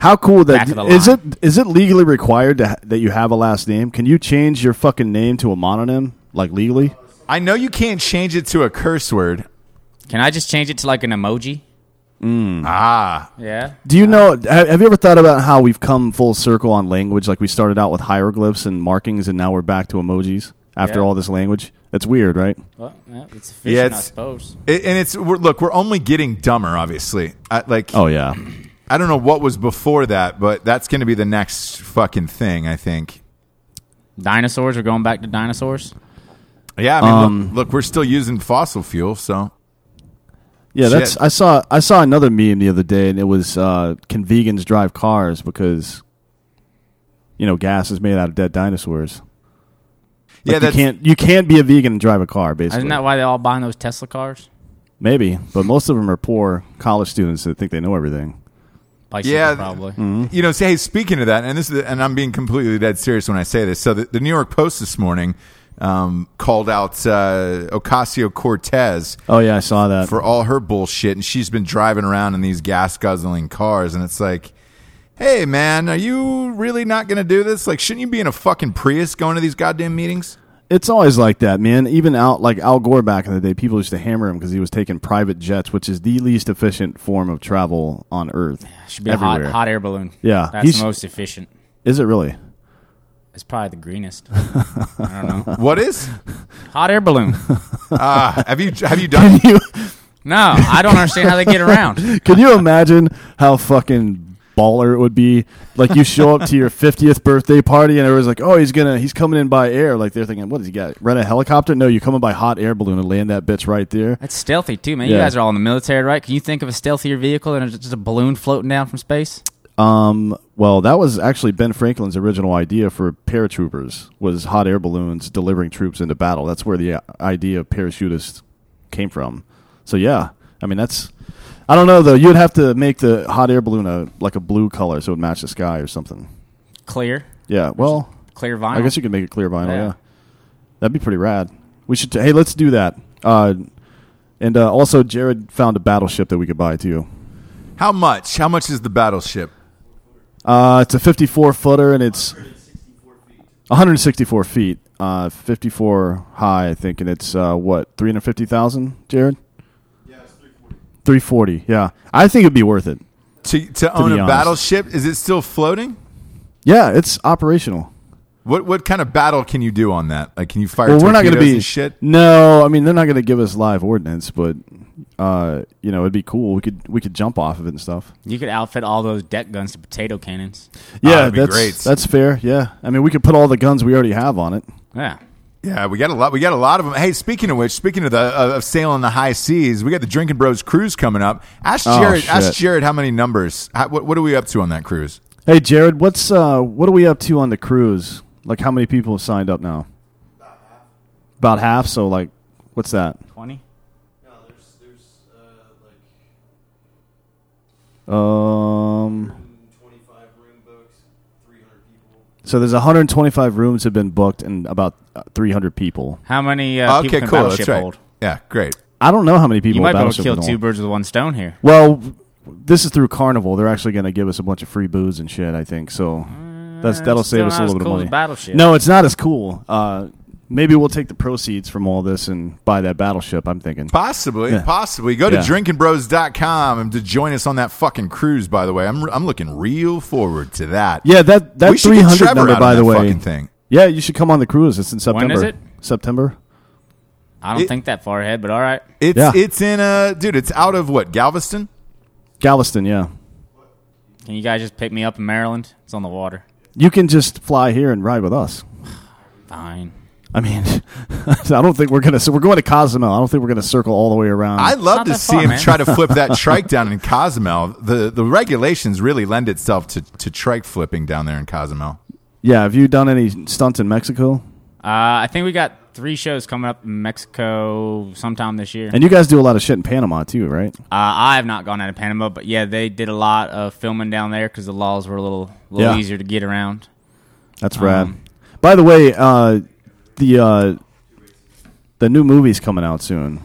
Speaker 2: How cool
Speaker 3: Back
Speaker 2: that
Speaker 3: of the
Speaker 2: is
Speaker 3: line.
Speaker 2: it? Is it legally required to, ha- that you have a last name? Can you change your fucking name to a mononym like legally?
Speaker 1: I know you can't change it to a curse word.
Speaker 3: Can I just change it to like an emoji?
Speaker 2: Mm.
Speaker 1: Ah,
Speaker 3: Yeah.
Speaker 2: Do you know? ha- Have you ever thought about how we've come full circle on language? Like we started out with hieroglyphs and markings, and now we're back to emojis after
Speaker 3: Yeah.
Speaker 2: all this language. That's weird, right?
Speaker 3: Well, yeah, it's efficient,
Speaker 1: Yeah,
Speaker 3: I
Speaker 1: it's-
Speaker 3: suppose.
Speaker 1: It- and it's we're, look, we're only getting dumber. Obviously, I, like
Speaker 2: Oh yeah,
Speaker 1: I don't know what was before that, but that's going to be the next fucking thing. I think.
Speaker 3: Dinosaurs are going back to dinosaurs.
Speaker 1: Yeah, I mean,
Speaker 2: Um,
Speaker 1: look, look, we're still using fossil fuel, so
Speaker 2: yeah. That's
Speaker 1: Shit.
Speaker 2: I saw I saw another meme the other day, and it was uh, can vegans drive cars because you know gas is made out of dead dinosaurs. Like,
Speaker 1: yeah,
Speaker 2: you
Speaker 1: that's
Speaker 2: can't you can't be a vegan and drive a car. Basically,
Speaker 3: Isn't that why they all buying those Tesla cars?
Speaker 2: Maybe, but most of them are poor college students that think they know everything.
Speaker 3: Bicycle,
Speaker 1: Yeah, th- mm,
Speaker 3: probably.
Speaker 2: Mm-hmm.
Speaker 1: you know. Say, hey, speaking of that, and this is, and I'm being completely dead serious when I say this. So the, the New York Post this morning um, called out uh, Ocasio Cortez
Speaker 2: Oh yeah, I saw that.
Speaker 1: for all her bullshit, and she's been driving around in these gas guzzling cars, and it's like, hey, man, are you really not going to do this? Like, shouldn't you be in a fucking Prius going to these goddamn meetings?
Speaker 2: it's always like that, man. Even out like Al Gore back in the day, people used to hammer him because he was taking private jets, which is the least efficient form of travel on Earth.
Speaker 3: Should be a hot,
Speaker 2: Everywhere.
Speaker 3: hot air balloon.
Speaker 2: Yeah,
Speaker 3: That's
Speaker 2: he's-
Speaker 3: the most efficient.
Speaker 2: Is it really?
Speaker 3: It's probably the greenest. I don't know.
Speaker 1: What is?
Speaker 3: Hot air balloon.
Speaker 1: Uh, have you have you done?
Speaker 2: you,
Speaker 3: No, I don't understand how they get around.
Speaker 2: can you imagine how fucking baller it would be? Like you show up to your fiftieth birthday party and everyone's like, "Oh, he's gonna he's coming in by air." Like they're thinking, "What does he got? Rent a helicopter?" No, you come in by hot air balloon and land that bitch right there.
Speaker 3: That's stealthy too, man. You
Speaker 2: Yeah.
Speaker 3: guys are all in the military, right? Can you think of a stealthier vehicle than just a balloon floating down from space?
Speaker 2: Um, well, that was actually Ben Franklin's original idea for paratroopers was hot air balloons delivering troops into battle. That's where the idea of parachutists came from. So yeah, I mean that's I don't know though. You'd have to make the hot air balloon a like a blue color so it would match the sky or something.
Speaker 3: Clear,
Speaker 2: Yeah. Well,
Speaker 3: clear vinyl.
Speaker 2: I guess you could make it clear vinyl.
Speaker 3: Yeah.
Speaker 2: Yeah. That'd be pretty rad. We should. hey, let's do that. Uh, and uh, also, Jared found a battleship that we could buy too.
Speaker 1: How much? How much is the battleship?
Speaker 2: Uh, it's a 54 footer and it's 164 feet, uh, 54 high, I think, and it's uh, what 350,000, Jared? Yeah, it's 340. 340. Yeah, I think it'd be worth it.
Speaker 1: To to own
Speaker 2: be
Speaker 1: a
Speaker 2: honest.
Speaker 1: battleship, is it still floating?
Speaker 2: Yeah, it's operational.
Speaker 1: What what kind of battle can you do on that? Like, can you fire?
Speaker 2: Well, we're not
Speaker 1: going to
Speaker 2: be
Speaker 1: shit.
Speaker 2: No, I mean they're not going to give us live ordnance, but uh, you know it'd be cool. We could we could jump off of it and stuff.
Speaker 3: You could outfit all those deck guns to potato cannons.
Speaker 1: Oh,
Speaker 2: Yeah,
Speaker 1: that'd be
Speaker 2: that's
Speaker 1: great.
Speaker 2: that's fair. Yeah, I mean we could put all the guns we already have on it.
Speaker 3: Yeah.
Speaker 1: Yeah, we got a lot. We got a lot of them. Hey, speaking of which, speaking of the of of sailing the high seas, we got the Drinking Bros cruise coming up. Ask
Speaker 2: Oh,
Speaker 1: Jared. ask
Speaker 2: shit.
Speaker 1: Jared how many numbers. How, what, what are we up to on that cruise?
Speaker 2: Hey Jared, what's uh what are we up to on the cruise? Like how many people have signed up now? About half. so like what's that?
Speaker 3: 20?
Speaker 2: Um
Speaker 4: 25 room books, 300 people.
Speaker 2: so there's 125 rooms have been booked and about uh, 300 people.
Speaker 3: How many uh, people
Speaker 1: okay,
Speaker 3: can
Speaker 1: cool.
Speaker 3: battleship
Speaker 1: That's right.
Speaker 3: hold?
Speaker 1: Yeah, great.
Speaker 2: I don't know how many people
Speaker 3: You might be able
Speaker 2: Battleship
Speaker 3: to kill
Speaker 2: would
Speaker 3: two
Speaker 2: want.
Speaker 3: birds with one stone here.
Speaker 2: Well, this is through Carnival. They're actually going to give us a bunch of free booze and shit, I think. So that's that'll
Speaker 3: still
Speaker 2: save us a
Speaker 3: Mm, not as
Speaker 2: little bit
Speaker 3: cool
Speaker 2: of
Speaker 3: as
Speaker 2: money.
Speaker 3: Battleship.
Speaker 2: No, it's not as cool. Uh Maybe we'll take the proceeds from all this and buy that battleship. I'm thinking.
Speaker 1: Possibly,
Speaker 2: Yeah.
Speaker 1: possibly. Go to
Speaker 2: Yeah.
Speaker 1: drinkingbros.com and to join us on that fucking cruise. By the way, I'm I'm looking real forward to that.
Speaker 2: Yeah, that
Speaker 1: we
Speaker 2: that
Speaker 1: should
Speaker 2: three
Speaker 1: get
Speaker 2: hundred
Speaker 1: Trevor
Speaker 2: number,
Speaker 1: out on
Speaker 2: by the
Speaker 1: that
Speaker 2: way.
Speaker 1: fucking thing.
Speaker 2: Yeah, you should come on the cruise. It's in September.
Speaker 3: When is it?
Speaker 2: September.
Speaker 3: I don't
Speaker 1: It-
Speaker 3: think that far ahead, but all right.
Speaker 1: It's
Speaker 2: Yeah.
Speaker 1: it's in a dude. It's out of what
Speaker 3: Mm.
Speaker 1: Galveston.
Speaker 2: Galveston, yeah.
Speaker 3: Can you guys just pick me up in Maryland? It's on the water.
Speaker 2: You can just fly here and ride with us.
Speaker 3: Fine.
Speaker 2: I mean, I don't think we're gonna. So we're going to Cozumel. I don't think we're gonna circle all the way around.
Speaker 1: I'd
Speaker 3: not
Speaker 1: love to
Speaker 3: that
Speaker 1: see
Speaker 3: far,
Speaker 1: him
Speaker 3: man.
Speaker 1: try to flip that trike down in Cozumel. The the regulations really lend itself to, to trike flipping down there in Cozumel.
Speaker 2: yeah. Have you done any stunts in Mexico?
Speaker 3: Uh, I think we got three shows coming up in Mexico sometime this year.
Speaker 2: And you guys do a lot of shit in Panama too, right?
Speaker 3: Uh, I have not gone out of Panama, but yeah, they did a lot of filming down there because the laws were a little, little
Speaker 2: Yeah.
Speaker 3: easier to get around.
Speaker 2: That's rad.
Speaker 3: Um,
Speaker 2: By the way, uh, the uh, the new movie's coming out soon.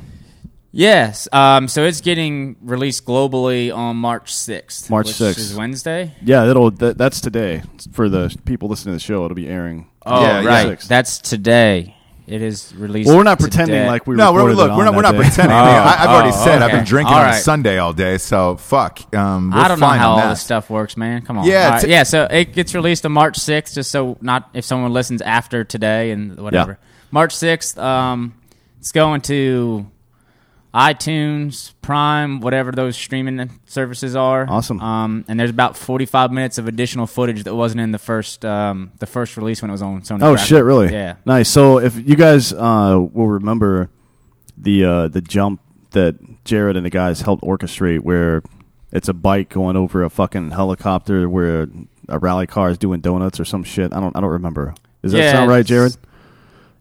Speaker 3: Yes. Um, so it's getting released globally on March 6th.
Speaker 2: March
Speaker 3: which
Speaker 2: 6th.
Speaker 3: is Wednesday.
Speaker 2: Yeah, it'll that, that's today for the people listening to the show. It'll be airing.
Speaker 3: Oh,
Speaker 1: Yeah, yeah.
Speaker 3: right.
Speaker 2: 6th.
Speaker 3: That's today. It is released.
Speaker 2: Well, we're not pretending
Speaker 3: today.
Speaker 2: like we
Speaker 1: no, we're,
Speaker 2: recorded
Speaker 1: look,
Speaker 2: it
Speaker 1: we're not.
Speaker 2: on
Speaker 1: We're
Speaker 2: that
Speaker 1: not
Speaker 2: day.
Speaker 1: pretending. I mean,
Speaker 3: Oh,
Speaker 1: I, have already
Speaker 3: oh,
Speaker 1: said I've
Speaker 3: okay.
Speaker 1: been drinking
Speaker 3: All
Speaker 1: on a
Speaker 3: right.
Speaker 1: Sunday all day, so fuck. Um, we're
Speaker 3: I don't know
Speaker 1: fine
Speaker 3: how
Speaker 1: on
Speaker 3: all
Speaker 1: that.
Speaker 3: this stuff works, man. Come on.
Speaker 1: Yeah,
Speaker 3: All
Speaker 1: it's-
Speaker 3: right. yeah. So it gets released on March sixth, just so not if someone listens after today and whatever. March sixth. Um, it's going to iTunes, Prime, whatever those streaming services are.
Speaker 2: Awesome.
Speaker 3: Um, and there's about 45 minutes of additional footage that wasn't in the first um the first release when it was on Sony.
Speaker 2: Oh
Speaker 3: Graphic.
Speaker 2: shit! Really?
Speaker 3: Yeah.
Speaker 2: Nice. So if you guys uh, will remember the uh, the jump that Jared and the guys helped orchestrate, where it's a bike going over a fucking helicopter, where a rally car is doing donuts or some shit. I don't I don't remember. Does that
Speaker 3: Yeah,
Speaker 2: sound right,
Speaker 3: it's-
Speaker 2: Jared?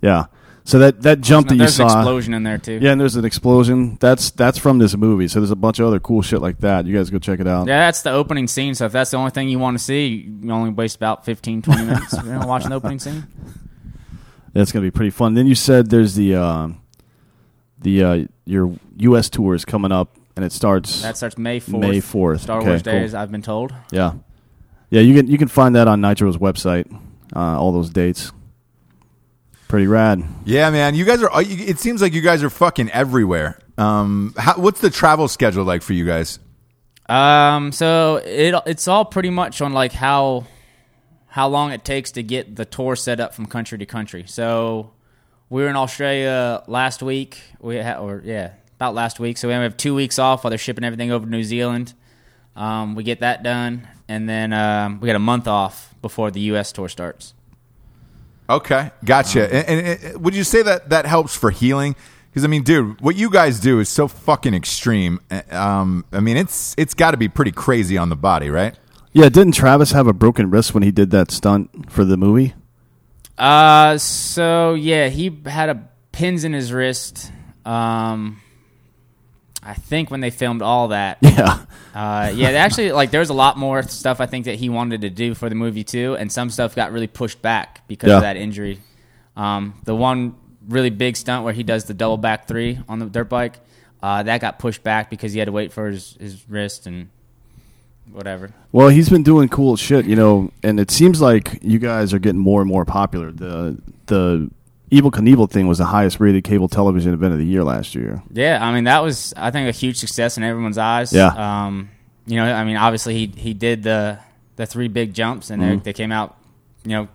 Speaker 2: Yeah. So that that jump that you
Speaker 3: there's
Speaker 2: saw.
Speaker 3: an explosion in there too.
Speaker 2: Yeah, and there's an explosion. That's that's from this movie. So there's a bunch of other cool shit like that. You guys go check it out.
Speaker 3: Yeah, that's the opening scene. So if that's the only thing you want to see, you only waste about 15, 20 minutes you know, watching the opening scene.
Speaker 2: That's gonna be pretty fun. Then you said there's the um, the uh, your U.S. tour is coming up, and it starts.
Speaker 3: That starts May 4th.
Speaker 2: May 4th.
Speaker 3: Star
Speaker 2: Okay,
Speaker 3: Wars
Speaker 2: cool.
Speaker 3: Days, I've been told.
Speaker 2: yeah, yeah. You can you can find that on Nitro's website. Uh, all those dates, pretty rad.
Speaker 1: Yeah, man. You guys are. It seems like you guys are fucking everywhere. Um, how, what's the travel schedule like for you guys?
Speaker 3: Um, so it it's all pretty much on like how how long it takes to get the tour set up from country to country. So we were in Australia last week. We ha- or yeah, about last week. So we have two weeks off while they're shipping everything over to New Zealand. Um, we get that done, and then um, we got a month off before the U.S. tour starts.
Speaker 1: Okay, gotcha. and, and, and would you say that that helps for healing? Because I mean, dude, what you guys do is so fucking extreme. Uh, Um, I mean, it's it's got to be pretty crazy on the body, right?
Speaker 2: Yeah, didn't Travis have a broken wrist when he did that stunt for the movie?
Speaker 3: Uh, so yeah, he had a pins in his wrist. Um, I think when they filmed all that.
Speaker 2: Yeah,
Speaker 3: Uh, yeah, they actually, like there was a lot more stuff I think that he wanted to do for the movie too, and some stuff got really pushed back because
Speaker 2: Yeah.
Speaker 3: of that injury. Um, the one really big stunt where he does the double back three on the dirt bike, uh, that got pushed back because he had to wait for his, his wrist and whatever.
Speaker 2: Well, he's been doing cool shit, you know, and it seems like you guys are getting more and more popular. The the Evil Knievel thing was the highest rated cable television event of the year last year.
Speaker 3: Yeah, I mean that was I think a huge success in everyone's eyes.
Speaker 2: Yeah.
Speaker 3: Um, you know, I mean obviously he he did the the three big jumps and
Speaker 2: Mm-hmm.
Speaker 3: they they came out, you know,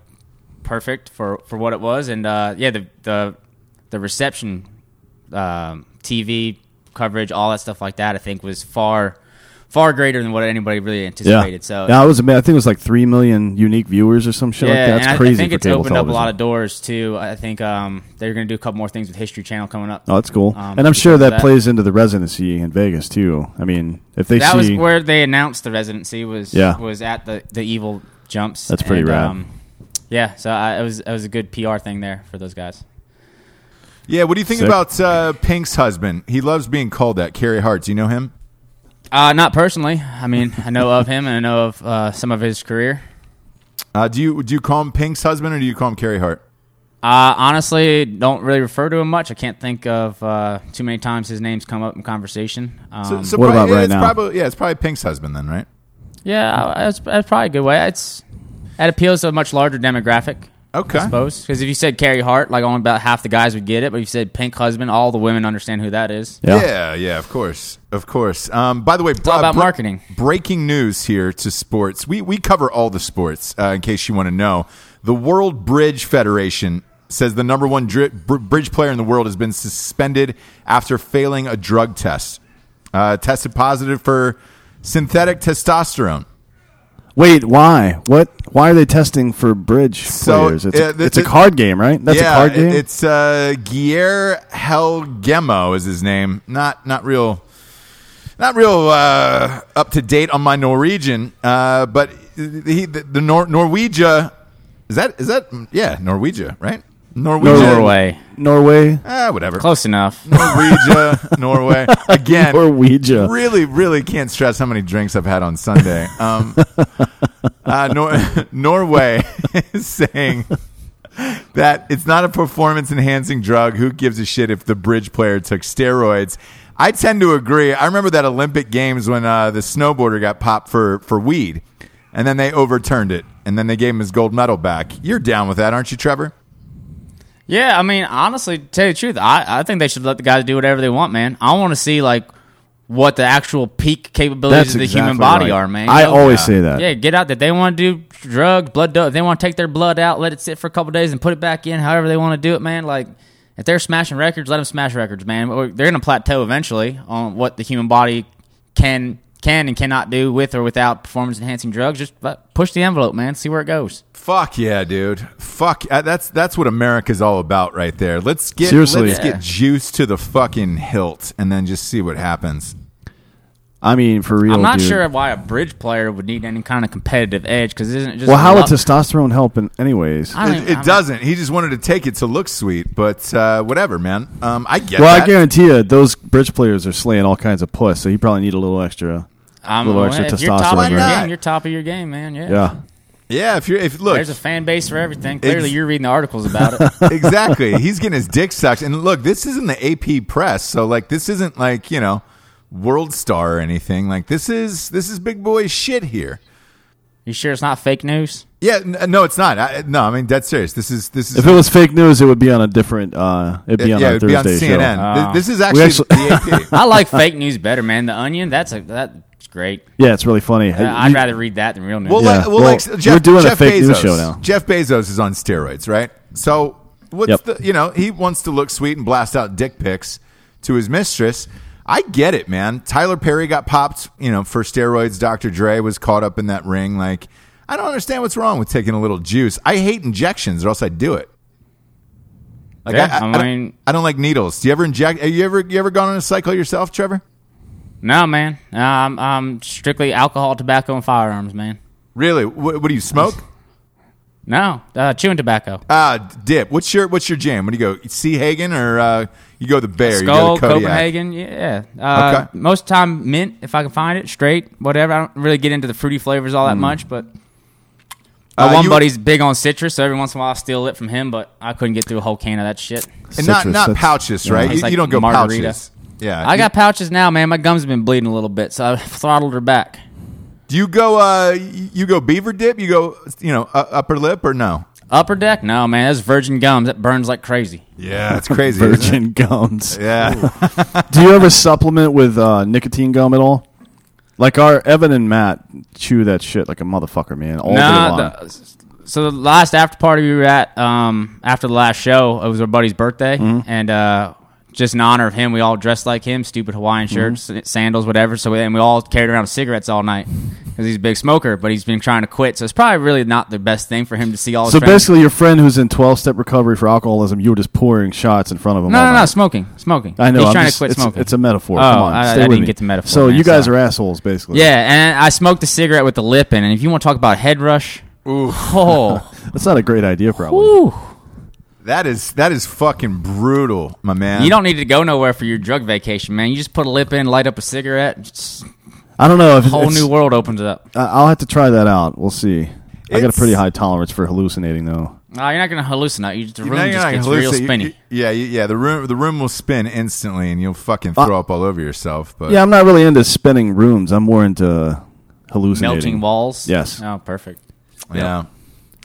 Speaker 3: perfect for for what it was and uh yeah, the the the reception um TV coverage, all that stuff like that I think was far far greater than what anybody really anticipated. So
Speaker 2: yeah, I was. I think it was like three million unique viewers or some shit like that.
Speaker 3: and I-
Speaker 2: That's crazy
Speaker 3: I think
Speaker 2: for
Speaker 3: it's
Speaker 2: cable
Speaker 3: opened
Speaker 2: television.
Speaker 3: up a lot of doors too. I think um, they're going to do a couple more things with History Channel coming up.
Speaker 2: Oh, that's cool,
Speaker 3: um,
Speaker 2: and I'm sure
Speaker 3: because of
Speaker 2: that, plays into the residency in Vegas too. I mean, if they
Speaker 3: that
Speaker 2: see,
Speaker 3: was where they announced the residency was
Speaker 2: Yeah.
Speaker 3: was at the the evil jumps.
Speaker 2: That's pretty
Speaker 3: And, um,
Speaker 2: rad.
Speaker 3: yeah, so I, it was it was a good PR thing there for those guys.
Speaker 1: Yeah. What do you think
Speaker 2: Sick.
Speaker 1: about uh, Pink's husband? He loves being called that. Carrie Hart. Do you know him?
Speaker 3: Uh, not personally. I mean, I know of him and I know of uh, some of his career.
Speaker 1: Uh, do you do you call him Pink's husband or do you call him Carrie Hart?
Speaker 3: Uh, honestly, don't really refer to him much. I can't think of uh, too many times his names come up in conversation. Um,
Speaker 1: so
Speaker 2: What
Speaker 1: probably-
Speaker 2: about
Speaker 1: yeah,
Speaker 2: right
Speaker 1: it's
Speaker 2: now?
Speaker 1: Probably, yeah, it's probably Pink's husband then, right?
Speaker 3: yeah, that's, that's probably a good way. It's that appeals to a much larger demographic.
Speaker 1: Okay.
Speaker 3: I suppose because if you said Carrie Hart, like only about half the guys would get it. But if you said Pink Husband, all the women understand who that is.
Speaker 1: Yeah.
Speaker 2: Yeah.
Speaker 1: yeah, of course, of course. Um, by the way,
Speaker 3: all
Speaker 1: uh,
Speaker 3: about marketing.
Speaker 1: Breaking news here to sports. We we cover all the sports. Uh, in case you want to know, the World Bridge Federation says the number one dri- br- bridge player in the world has been suspended after failing a drug test. Uh, tested positive for synthetic testosterone.
Speaker 2: wait, why? What? Why are they testing for bridge
Speaker 1: So,
Speaker 2: players? It's, a,
Speaker 1: uh, th-
Speaker 2: it's a
Speaker 1: th-
Speaker 2: card game, right? That's
Speaker 1: yeah,
Speaker 2: a card game.
Speaker 1: it- it's uh, Guillermo Helgemo is his name. Not not real, not real uh, up to date on my Norwegian. Uh, but he, the, the Nor- Norwegia is that is that yeah Norwegia right? Norwegia,
Speaker 3: Norway,
Speaker 2: Norway,
Speaker 1: Ah, whatever.
Speaker 3: close enough.
Speaker 1: Norwegia, Norway again.
Speaker 2: Norwegia.
Speaker 1: Really, really can't stress how many drinks I've had on Sunday. Um, uh, Nor- Norway is saying that it's not a performance enhancing drug. Who gives a shit if the bridge player took steroids? I tend to agree. I remember that Olympic Games when uh, the snowboarder got popped for, for weed, and then they overturned it, and then they gave him his gold medal back. You're down with that, aren't you, Trevor?
Speaker 3: Yeah, I mean, honestly, to tell you the truth, I, I think they should let the guys do whatever they want, man. I want to see like what the actual peak capabilities
Speaker 2: That's
Speaker 3: of the human
Speaker 2: exactly
Speaker 3: body
Speaker 2: right.
Speaker 3: are, man.
Speaker 2: I
Speaker 3: You know?
Speaker 2: always say that.
Speaker 3: Yeah, get out there. They want to do drug blood. Do- they want to take their blood out, let it sit for a couple days, and put it back in. However they want to do it, man. Like if they're smashing records, let them smash records, man. Or They're gonna plateau eventually on what the human body can can and cannot do with or without performance enhancing drugs. Just uh, push the envelope, man. See where it goes.
Speaker 1: Fuck yeah, dude. Fuck uh, that's that's what America's all about right there. Let's get
Speaker 2: Seriously.
Speaker 1: let's
Speaker 3: Yeah.
Speaker 1: get juiced to the fucking hilt and then just see what happens.
Speaker 2: I mean, for real.
Speaker 3: I'm not
Speaker 2: Oh, dude.
Speaker 3: sure why a bridge player would need any kind of competitive edge because isn't it just
Speaker 2: Well, how would
Speaker 3: about-
Speaker 2: testosterone help? In, anyways,
Speaker 3: I don't even-
Speaker 1: It, it
Speaker 3: I'm-
Speaker 1: doesn't. He just wanted to take it to look sweet, but uh, whatever, man. Um, I get
Speaker 2: well,
Speaker 1: that.
Speaker 2: I guarantee you, those bridge players are slaying all kinds of puss. So you probably need a little extra.
Speaker 3: I'm
Speaker 2: little
Speaker 3: well,
Speaker 2: extra
Speaker 3: if You're top
Speaker 2: testosterone
Speaker 3: of your
Speaker 1: there.
Speaker 3: game. You're top of your game, man. Yeah.
Speaker 2: Yeah,
Speaker 1: yeah, if you're if look,
Speaker 3: There's a fan base for everything. Clearly,
Speaker 1: Ex-
Speaker 3: you're reading the articles about it.
Speaker 1: exactly. He's getting his dick sucked. And look, this isn't the AP press, so like this isn't like you know world star or anything. Like this is this is big boy shit here.
Speaker 3: you sure it's not fake news?
Speaker 1: Yeah, n- no, it's not. I, no, I mean dead serious. This is this is
Speaker 2: if it was fake news, it would be on a different. Uh, it'd be on
Speaker 1: yeah,
Speaker 2: our
Speaker 1: it'd
Speaker 2: Thursday
Speaker 1: be on
Speaker 2: show.
Speaker 1: CNN.
Speaker 3: Ah.
Speaker 1: Th- this is actually,
Speaker 2: actually-
Speaker 1: the AP.
Speaker 3: I like fake news better, man. The Onion, that's a that's great.
Speaker 2: Yeah, it's really funny.
Speaker 3: Uh, I'd rather read that than real news.
Speaker 1: Well,
Speaker 2: Yeah.
Speaker 1: like, well,
Speaker 2: Well,
Speaker 1: like
Speaker 2: we're
Speaker 1: Jeff,
Speaker 2: doing a
Speaker 1: Jeff
Speaker 2: fake
Speaker 1: Bezos.
Speaker 2: news show now.
Speaker 1: Jeff Bezos is on steroids, right? So what's
Speaker 2: Yep.
Speaker 1: the you know he wants to look sweet and blast out dick pics to his mistress. I get it, man. Tyler Perry got popped, you know, for steroids. Dr. Dre was caught up in that ring. Like, I don't understand what's wrong with taking a little juice. I hate injections, or else I'd do it. Like,
Speaker 3: Yeah, I
Speaker 1: don't-
Speaker 3: mean-
Speaker 1: I don't like needles. Do you ever inject? Have you ever you ever gone on a cycle yourself, Trevor?
Speaker 3: no, man. Um, I'm strictly alcohol, tobacco, and firearms, man.
Speaker 1: Really? What, what do you smoke?
Speaker 3: No, uh, chewing tobacco.
Speaker 1: Uh, dip. What's your what's your jam? What do you go? Sea Hagen or uh, you go the Bear?
Speaker 3: Skull,
Speaker 1: you go the Kodiak?
Speaker 3: Copenhagen, yeah. Uh,
Speaker 1: Okay.
Speaker 3: Most of the time, mint if I can find it, straight, whatever. I don't really get into the fruity flavors all that much, but my
Speaker 1: Hmm. Uh,
Speaker 3: one
Speaker 1: you-
Speaker 3: buddy's big on citrus, so every once in a while I steal it from him, but I couldn't get through a whole can of that shit.
Speaker 1: And not
Speaker 2: Citrus,
Speaker 1: not
Speaker 2: that's-
Speaker 1: pouches,
Speaker 2: yeah.
Speaker 1: right?
Speaker 3: It's
Speaker 1: You,
Speaker 3: like
Speaker 1: you don't go
Speaker 3: margarita.
Speaker 1: pouches. Yeah,
Speaker 3: I got pouches now, man. My gums have been bleeding a little bit, so I throttled her back.
Speaker 1: Do you go? Uh, you you go beaver dip? You go? You know, uh, upper lip or no?
Speaker 3: Upper deck? No, man. That's virgin gums. That burns like crazy.
Speaker 1: Yeah, that's crazy. isn't it?
Speaker 2: Virgin gums.
Speaker 1: Yeah,
Speaker 2: Do you ever supplement with uh, nicotine gum at all? Like our Evan and Matt chew that shit like a motherfucker, man. All day
Speaker 3: Nah,
Speaker 2: long.
Speaker 3: the- so the last after party we were at, um, after the last show, it was our buddy's birthday,
Speaker 2: Mm-hmm.
Speaker 3: and uh, just in honor of him, we all dressed like him, stupid
Speaker 2: Mm-hmm.
Speaker 3: Hawaiian shirts, sandals, whatever. So we, and we all carried around cigarettes all night because he's a big smoker, but he's been trying to quit. So it's probably really not the best thing for him to see all. His
Speaker 2: so
Speaker 3: friends-
Speaker 2: basically, your friend who's in twelve-step recovery for alcoholism, you were just pouring shots in front of him.
Speaker 3: no,
Speaker 2: all
Speaker 3: no, no,
Speaker 2: night.
Speaker 3: smoking, smoking.
Speaker 2: I know.
Speaker 3: He's
Speaker 2: I'm
Speaker 3: trying
Speaker 2: just-
Speaker 3: to quit
Speaker 2: it's,
Speaker 3: smoking.
Speaker 2: It's a metaphor.
Speaker 3: Oh,
Speaker 2: Come on,
Speaker 3: I,
Speaker 2: stay
Speaker 3: I
Speaker 2: with
Speaker 3: didn't
Speaker 2: me.
Speaker 3: get the metaphor.
Speaker 2: So
Speaker 3: man,
Speaker 2: you guys
Speaker 3: sorry.
Speaker 2: are assholes, basically.
Speaker 3: Yeah, and I smoked a cigarette with the lip in, and if you want to talk about head rush, oh,
Speaker 2: that's not a great idea, probably.
Speaker 3: whew.
Speaker 1: that is that is fucking brutal, my man.
Speaker 3: you don't need to go nowhere for your drug vacation, man. You just put a lip in, light up a cigarette, just-
Speaker 2: I don't know if
Speaker 3: whole
Speaker 2: it's,
Speaker 3: new world opens up.
Speaker 2: I- I'll have to try that out. We'll see. I got a
Speaker 1: It's-
Speaker 2: pretty high tolerance for hallucinating, though.
Speaker 3: No, you're not gonna hallucinate. You, the
Speaker 1: You know,
Speaker 3: room
Speaker 1: you're
Speaker 3: just
Speaker 1: not
Speaker 3: gets
Speaker 1: hallucinating.
Speaker 3: real
Speaker 1: You-
Speaker 3: spinny.
Speaker 1: you- yeah, you- yeah. The room the room will spin instantly, and you'll fucking throw up all over yourself. But
Speaker 2: Uh, Yeah, I'm not really into spinning rooms. I'm more into hallucinating.
Speaker 3: Melting walls.
Speaker 2: Yes.
Speaker 3: Oh, perfect.
Speaker 1: yeah,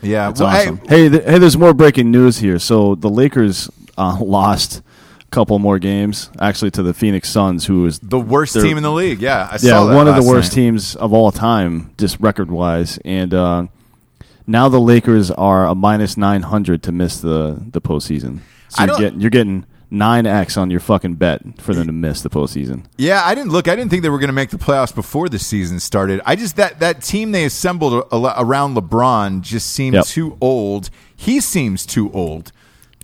Speaker 1: yeah.
Speaker 2: That's
Speaker 1: Well, hey,
Speaker 2: awesome. Hey, th- hey, there's more breaking news here. So the Lakers uh, lost a couple more games, actually, to the Phoenix Suns, who is
Speaker 1: the worst
Speaker 2: They're-
Speaker 1: team in the league. Yeah, I
Speaker 2: yeah
Speaker 1: saw that
Speaker 2: one of
Speaker 1: last
Speaker 2: the worst
Speaker 1: night.
Speaker 2: teams of all time, just record wise. And uh, now the Lakers are a minus 900 to miss the the postseason.
Speaker 1: I
Speaker 2: So you're
Speaker 1: don't-
Speaker 2: getting, you're getting nine x on your fucking bet for them to miss the postseason.
Speaker 1: Yeah, I didn't look. I didn't think they were going to make the playoffs before the season started. I just that that team they assembled a- a- around LeBron just seemed
Speaker 2: Yep.
Speaker 1: too old. He seems too old.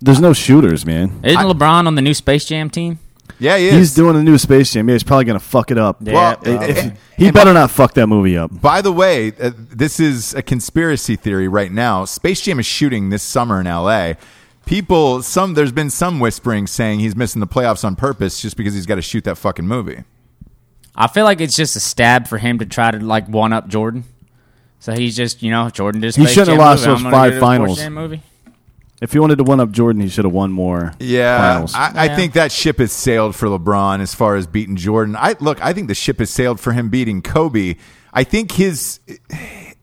Speaker 2: There's no shooters, man.
Speaker 3: Isn't LeBron on the new Space Jam team?
Speaker 1: Yeah, he is.
Speaker 2: He's doing a new Space Jam. Yeah, he's probably gonna fuck it up.
Speaker 1: Well,
Speaker 2: If-
Speaker 1: and-
Speaker 2: if-
Speaker 1: and-
Speaker 2: he better not fuck that movie up.
Speaker 1: by the way, uh, this is a conspiracy theory right now. Space Jam is shooting this summer in LA. People, some there's been some whispering saying he's missing the playoffs on purpose just because he's got to shoot that fucking movie.
Speaker 3: I feel like it's just a stab for him to try to like one up Jordan. So he's just you know Jordan just
Speaker 2: He
Speaker 3: Space
Speaker 2: shouldn't have
Speaker 3: Jam
Speaker 2: lost
Speaker 3: movie.
Speaker 2: those
Speaker 3: I'm gonna
Speaker 2: five
Speaker 3: do this Space
Speaker 2: finals.
Speaker 3: Jam movie.
Speaker 2: If he wanted to one up Jordan, he should have won more.
Speaker 1: Yeah,
Speaker 2: finals.
Speaker 1: I, I
Speaker 3: Yeah.
Speaker 1: think that ship has sailed for LeBron as far as beating Jordan. I look, I think the ship has sailed for him beating Kobe. I think his,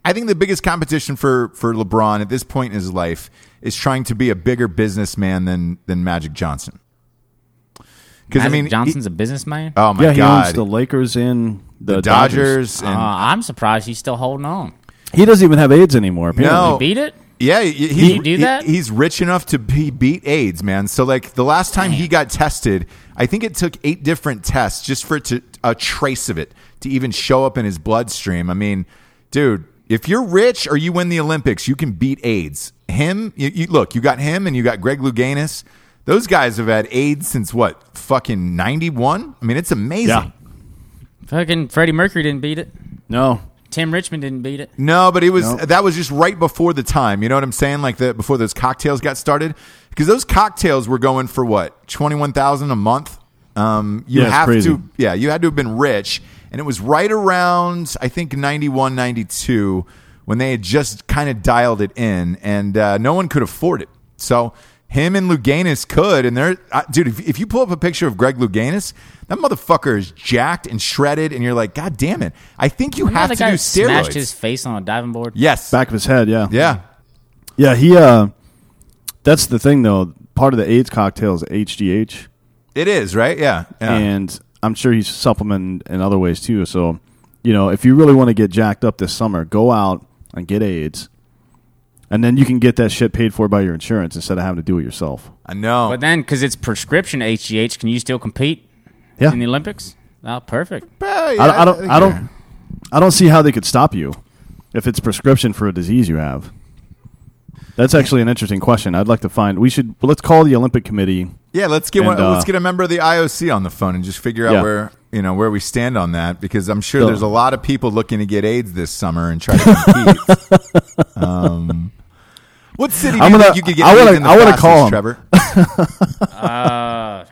Speaker 1: I think the biggest competition for for LeBron at this point in his life is trying to be a bigger businessman than than Magic Johnson. Because I
Speaker 3: Magic
Speaker 1: mean,
Speaker 3: Johnson's a businessman.
Speaker 1: he- oh my
Speaker 2: yeah, he
Speaker 1: god,
Speaker 2: owns the Lakers and the, Dodgers.
Speaker 1: Dodgers,
Speaker 3: Uh,
Speaker 1: and
Speaker 3: I'm surprised he's still holding on.
Speaker 2: He doesn't even have AIDS anymore. Apparently.
Speaker 1: No.
Speaker 3: Beat it.
Speaker 1: Yeah, he- he's,
Speaker 3: you do
Speaker 1: he-
Speaker 3: that?
Speaker 1: he's rich enough to be beat AIDS, man. So like the last time he got tested, I think it took eight different tests just for it to a trace of it to even show up in his bloodstream. I mean, dude, if you're rich or you win the Olympics, you can beat AIDS. Him, you, you, look, you got him and you got Greg Louganis. Those guys have had AIDS since what fucking ninety one. I mean, it's amazing.
Speaker 2: Yeah.
Speaker 3: Fucking Freddie Mercury didn't beat it.
Speaker 2: No.
Speaker 3: Tim Richmond didn't beat it.
Speaker 1: No, but it was
Speaker 2: Nope.
Speaker 1: that was just right before the time. You know what I'm saying? Like the before those cocktails got started, because those cocktails were going for what twenty one thousand a month. Um, you
Speaker 2: Yeah, it's
Speaker 1: have
Speaker 2: crazy.
Speaker 1: to, yeah, you had to have been rich, and it was right around I think 91, 92 when they had just kind of dialed it in, and uh, no one could afford it. So him and Luganis could, and they're uh, dude. If, if you pull up a picture of Greg Luganis, that motherfucker is jacked and shredded, and you're like, God damn it! I think you
Speaker 3: Remember
Speaker 1: have
Speaker 3: the
Speaker 1: to do
Speaker 3: guy who
Speaker 1: steroids.
Speaker 3: smashed his face on a diving board.
Speaker 1: yes,
Speaker 2: Back of his head. Yeah.
Speaker 1: yeah.
Speaker 2: Yeah. He. Uh, that's the thing, though. Part of the AIDS cocktail is HGH,
Speaker 1: It is, right? Yeah. yeah.
Speaker 2: and I'm sure he's supplementing in other ways too. So, you know, if you really want to get jacked up this summer, go out and get AIDS, and then you can get that shit paid for by your insurance instead of having to do it yourself.
Speaker 1: I know.
Speaker 3: But then, because it's prescription HGH, can you still compete
Speaker 2: Yeah.
Speaker 3: in the Olympics? Oh, perfect.
Speaker 1: Uh, yeah,
Speaker 2: I, don't- I don't.
Speaker 1: think
Speaker 2: I
Speaker 1: you're-
Speaker 2: don't. I don't see how they could stop you if it's prescription for a disease you have. That's actually an interesting question. I'd like to find. We should let's call the Olympic Committee.
Speaker 1: Yeah, let's get
Speaker 2: And,
Speaker 1: one,
Speaker 2: uh,
Speaker 1: let's get a member of the IOC on the phone and just figure out
Speaker 2: Yeah.
Speaker 1: where you know where we stand on that because I'm sure
Speaker 2: So-
Speaker 1: there's a lot of people looking to get AIDS this summer and try to compete. um, what city do
Speaker 2: I'm
Speaker 1: you
Speaker 2: gonna-
Speaker 1: think you could get
Speaker 2: I wanna-
Speaker 1: AIDS in the
Speaker 2: I wanna
Speaker 1: fastest,
Speaker 2: call 'em.
Speaker 1: Trevor?
Speaker 3: Uh,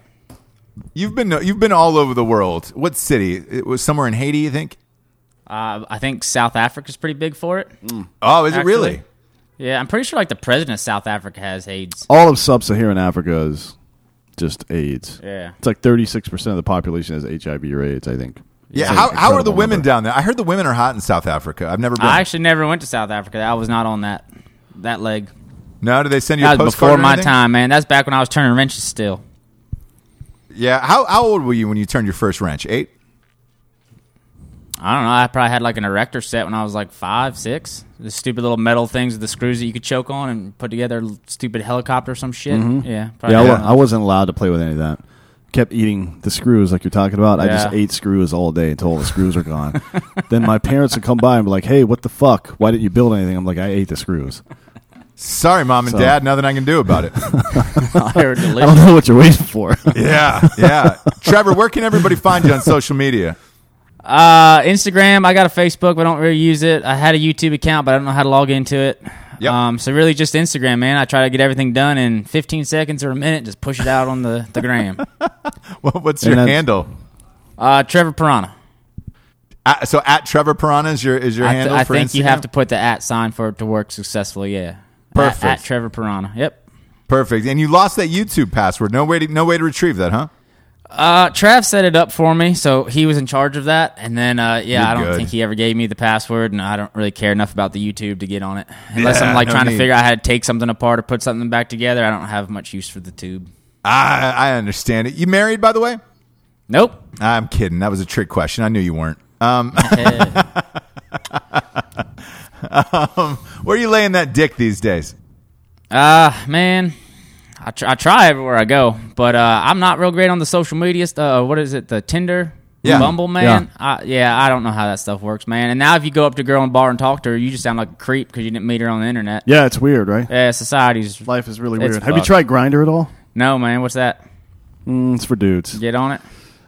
Speaker 1: You've been you've been all over the world. What city? It was somewhere in Haiti, you think?
Speaker 3: uh, I think South Africa's pretty big for it.
Speaker 1: Oh, is it
Speaker 3: Actually.
Speaker 1: really?
Speaker 3: Yeah, I'm pretty sure like the president of South Africa has AIDS.
Speaker 1: Oh.
Speaker 2: All of sub-Saharan Africa is just AIDS.
Speaker 3: Yeah.
Speaker 2: it's like thirty-six percent of the population has HIV or AIDS. I think.
Speaker 1: Yeah.
Speaker 2: It's an
Speaker 1: How, how are the
Speaker 2: incredible
Speaker 1: women
Speaker 2: number.
Speaker 1: down there? I heard the women are hot in South Africa. I've never been.
Speaker 3: I actually never went to South Africa. I was not on that that leg.
Speaker 1: no, do they send you a
Speaker 3: That was
Speaker 1: postcard
Speaker 3: before
Speaker 1: or
Speaker 3: my
Speaker 1: anything?
Speaker 3: time, man. That's back when I was turning wrenches still.
Speaker 1: Yeah. How how old were you when you turned your first wrench? Eight.
Speaker 3: I don't know. I probably had like an erector set when I was like five, six. The stupid little metal things with the screws that you could choke on and put together a stupid helicopter or some shit.
Speaker 1: Mm-hmm.
Speaker 3: Yeah. Probably
Speaker 2: Yeah, I wa-
Speaker 3: had
Speaker 2: I wasn't allowed to play with any of that. Kept eating the screws like you're talking about. I just
Speaker 3: Yeah.
Speaker 2: ate screws all day until all the screws are gone. then my parents would come by and be like, "Hey, what the fuck? Why didn't you build anything?" I'm like, "I ate the screws."
Speaker 1: Sorry, mom and
Speaker 2: So-
Speaker 1: dad. Nothing I can do about it.
Speaker 3: that. They were
Speaker 2: I don't
Speaker 3: delicious.
Speaker 2: know what you're waiting for.
Speaker 1: yeah, yeah. Trevor, where can everybody find you on social media?
Speaker 3: Uh, Instagram. I got a Facebook, but I don't really use it. I had a YouTube account, but I don't know how to log into it.
Speaker 1: Yep.
Speaker 3: Um, so really just Instagram, man. I try to get everything done in 15 seconds or a minute. Just push it out on the, the gram.
Speaker 1: What- What's
Speaker 2: And
Speaker 1: your
Speaker 2: that's-
Speaker 1: handle?
Speaker 3: Uh, Trevor Piranha.
Speaker 1: At, so at Trevor Piranha is your is your
Speaker 3: I, th-
Speaker 1: handle.
Speaker 3: I
Speaker 1: for
Speaker 3: think you
Speaker 1: Instagram?
Speaker 3: have to put the at sign for it to work successfully. Yeah. At-
Speaker 1: Perfect.
Speaker 3: At, Trevor Piranha. Yep.
Speaker 1: perfect. And you lost that YouTube password. No way to no way to retrieve that, huh?
Speaker 3: Uh, Trav set it up for me, so he was in charge of that. And then, uh, yeah,
Speaker 1: You're
Speaker 3: I don't
Speaker 1: good.
Speaker 3: think he ever gave me the password, and I don't really care enough about the YouTube to get on it. Unless
Speaker 1: Yeah,
Speaker 3: I'm like
Speaker 1: no
Speaker 3: trying
Speaker 1: need.
Speaker 3: to figure out how to take something apart or put something back together. I don't have much use for the tube.
Speaker 1: I I understand it. You married, by the way?
Speaker 3: Nope.
Speaker 1: I'm kidding. That was a trick question. I knew you weren't. Um,
Speaker 3: Eh,
Speaker 1: Um, where are you laying that dick these days?
Speaker 3: uh, man, I, tr- I try everywhere I go, but uh, I'm not real great on the social media. St- uh, what is it? The Tinder,
Speaker 1: Yeah.
Speaker 3: Bumble, man. I, yeah, I don't know how that stuff works, man. And now if you go up to a girl in a bar and talk to her, you just sound like a creep because you didn't meet her on the internet.
Speaker 2: yeah, it's weird, right?
Speaker 3: Yeah, society's
Speaker 2: Life is really
Speaker 3: It's
Speaker 2: weird. Have you
Speaker 3: fucked.
Speaker 2: tried Grinder at all?
Speaker 3: no, man. What's that?
Speaker 2: Mm, it's for dudes.
Speaker 3: Get on it.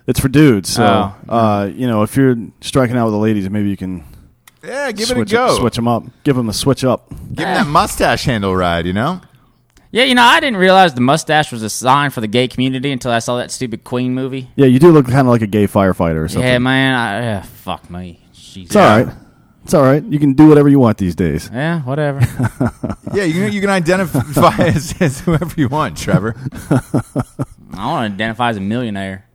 Speaker 2: It's for dudes. So,
Speaker 3: Oh.
Speaker 2: uh, you know, if you're striking out with the ladies, maybe you can
Speaker 1: Yeah, give it
Speaker 2: switch,
Speaker 1: a go.
Speaker 2: switch them up. Give them a switch up.
Speaker 1: Give him that mustache handle ride. You know.
Speaker 3: Yeah, you know, I didn't realize the mustache was a sign for the gay community until I saw that stupid Queen movie.
Speaker 2: Yeah, you do look kind of like a gay firefighter or something.
Speaker 3: Yeah, man. I, yeah, fuck me. Jesus.
Speaker 2: It's all right. It's all right. You can do whatever you want these days.
Speaker 3: Yeah, whatever.
Speaker 1: Yeah, you can, you can identify as, as whoever you want, Trevor.
Speaker 3: I want to identify as a millionaire.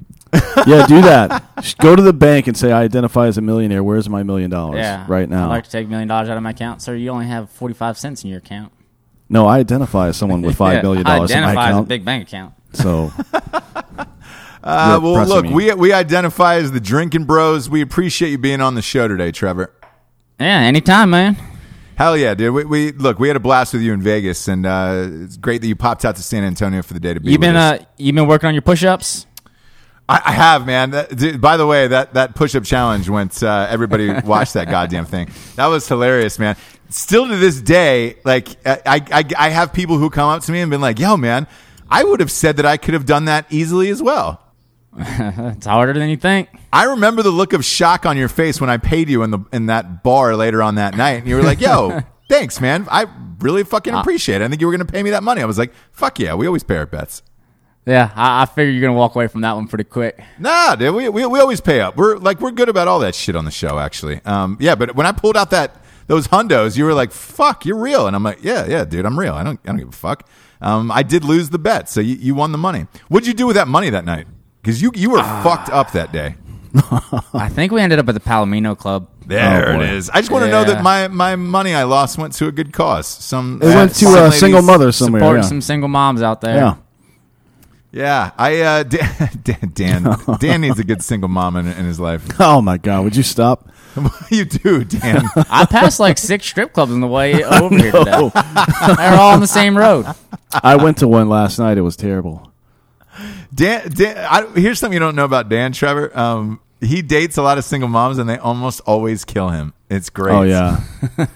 Speaker 2: yeah, do that. Just Go to the bank and say, I identify as a millionaire. Where's my million dollars
Speaker 3: Yeah,
Speaker 2: right now?
Speaker 3: I'd like to take a million dollars out of my account, sir. You only have forty five cents in your account.
Speaker 2: no, I identify as someone with
Speaker 3: Yeah,
Speaker 2: five million
Speaker 3: I
Speaker 2: dollars in my
Speaker 3: identify as a
Speaker 2: account.
Speaker 3: big bank account.
Speaker 2: so,
Speaker 1: Uh,
Speaker 2: You're
Speaker 1: well,
Speaker 2: pressing
Speaker 1: look,
Speaker 2: me.
Speaker 1: we we identify as the Drinking Bros. We appreciate you being on the show today, Trevor.
Speaker 3: Yeah, anytime, man.
Speaker 1: Hell yeah, dude. We, we look, we had a blast with you in Vegas, and uh, it's great that you popped out to San Antonio for the day to be.
Speaker 3: You've been
Speaker 1: with us.
Speaker 3: uh, you've been working on your push ups.
Speaker 1: I, I have, man. That, dude, by the way, that that push up challenge went. Uh, everybody watched that goddamn thing. That was hilarious, man. Still to this day, like I, I I have people who come up to me and been like, "Yo, man, I would have said that I could have done that easily as well."
Speaker 3: It's harder than you think.
Speaker 1: I remember the look of shock on your face when I paid you in the in that bar later on that night, and you were like, "Yo, thanks, man. I really fucking appreciate it. I think you were going to pay me that money." I was like, "Fuck yeah, we always pay our bets."
Speaker 3: Yeah, I, I figure you're gonna walk away from that one pretty quick.
Speaker 1: Nah, dude, we, we we always pay up. We're like we're good about all that shit on the show, actually. Um, yeah, but when I pulled out that those hundos, you were like, "Fuck, you're real," and I'm like, "Yeah, yeah, dude, I'm real. I don't I don't give a fuck." Um, I did lose the bet, so you, you won the money. What'd you do with that money that night? Because you you were fucked up that day.
Speaker 3: I think we ended up at the Palomino Club.
Speaker 1: There
Speaker 2: Oh, boy.
Speaker 1: it is. I just want to know
Speaker 3: Yeah.
Speaker 1: that my, my money I lost went to a good cause. Some
Speaker 2: it went to
Speaker 1: some
Speaker 2: a
Speaker 1: ladies-
Speaker 2: single mother somewhere.
Speaker 3: Supporting
Speaker 2: yeah.
Speaker 3: some single moms out there.
Speaker 2: Yeah.
Speaker 1: Yeah, I uh, Dan, Dan Dan Dan needs a good single mom in, in his life.
Speaker 2: Oh my God! Would you stop?
Speaker 1: you do, Dan.
Speaker 3: I passed like six strip clubs on the way over here today. They're all on the same road.
Speaker 2: I went to one last night. It was terrible.
Speaker 1: Dan, Dan I, here's something you don't know about Dan Trevor. Um, he dates a lot of single moms, and they almost always kill him. It's great.
Speaker 2: Oh yeah,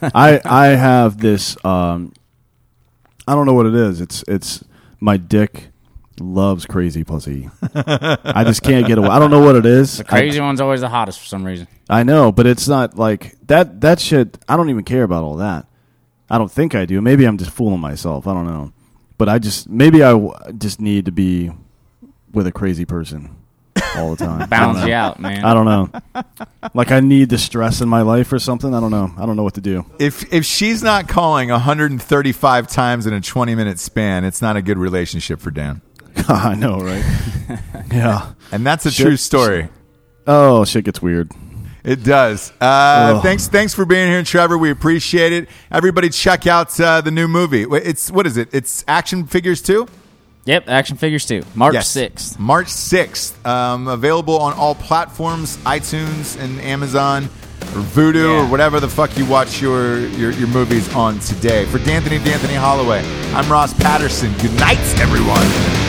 Speaker 2: I I have this. Um, I don't know what it is. It's it's my dick loves crazy pussy. I just can't get away. I don't know what it is.
Speaker 3: Crazy one's always the hottest for some reason.
Speaker 2: I, I know, but it's not like that. That shit. I don't even care about all that. I don't think I do. Maybe I'm just fooling myself. I don't know. But I just maybe I w- just need to be with a crazy person all the time. I don't
Speaker 3: Balance
Speaker 2: know.
Speaker 3: you out, man.
Speaker 2: I don't know. Like I need the stress in my life or something. I don't know. I don't know what to do.
Speaker 1: If if she's not calling 135 times in a 20 minute span, it's not a good relationship for Dan.
Speaker 2: I know, right? yeah.
Speaker 1: And that's a
Speaker 2: Shit.
Speaker 1: true story.
Speaker 2: Oh, shit gets weird.
Speaker 1: It does. Uh,
Speaker 2: Ugh.
Speaker 1: thanks, thanks for being here, Trevor. We appreciate it. Everybody, check out uh, the new movie. Wait, It's what is it? It's action figures too.
Speaker 3: Yep, action figures too. March sixth.
Speaker 1: March sixth. Um, available on all platforms: iTunes and Amazon, or Voodoo,
Speaker 3: Yeah.
Speaker 1: or whatever the fuck you watch your, your your movies on today. For D'Anthony, D'Anthony Holloway. I'm Ross Patterson. Good night, everyone.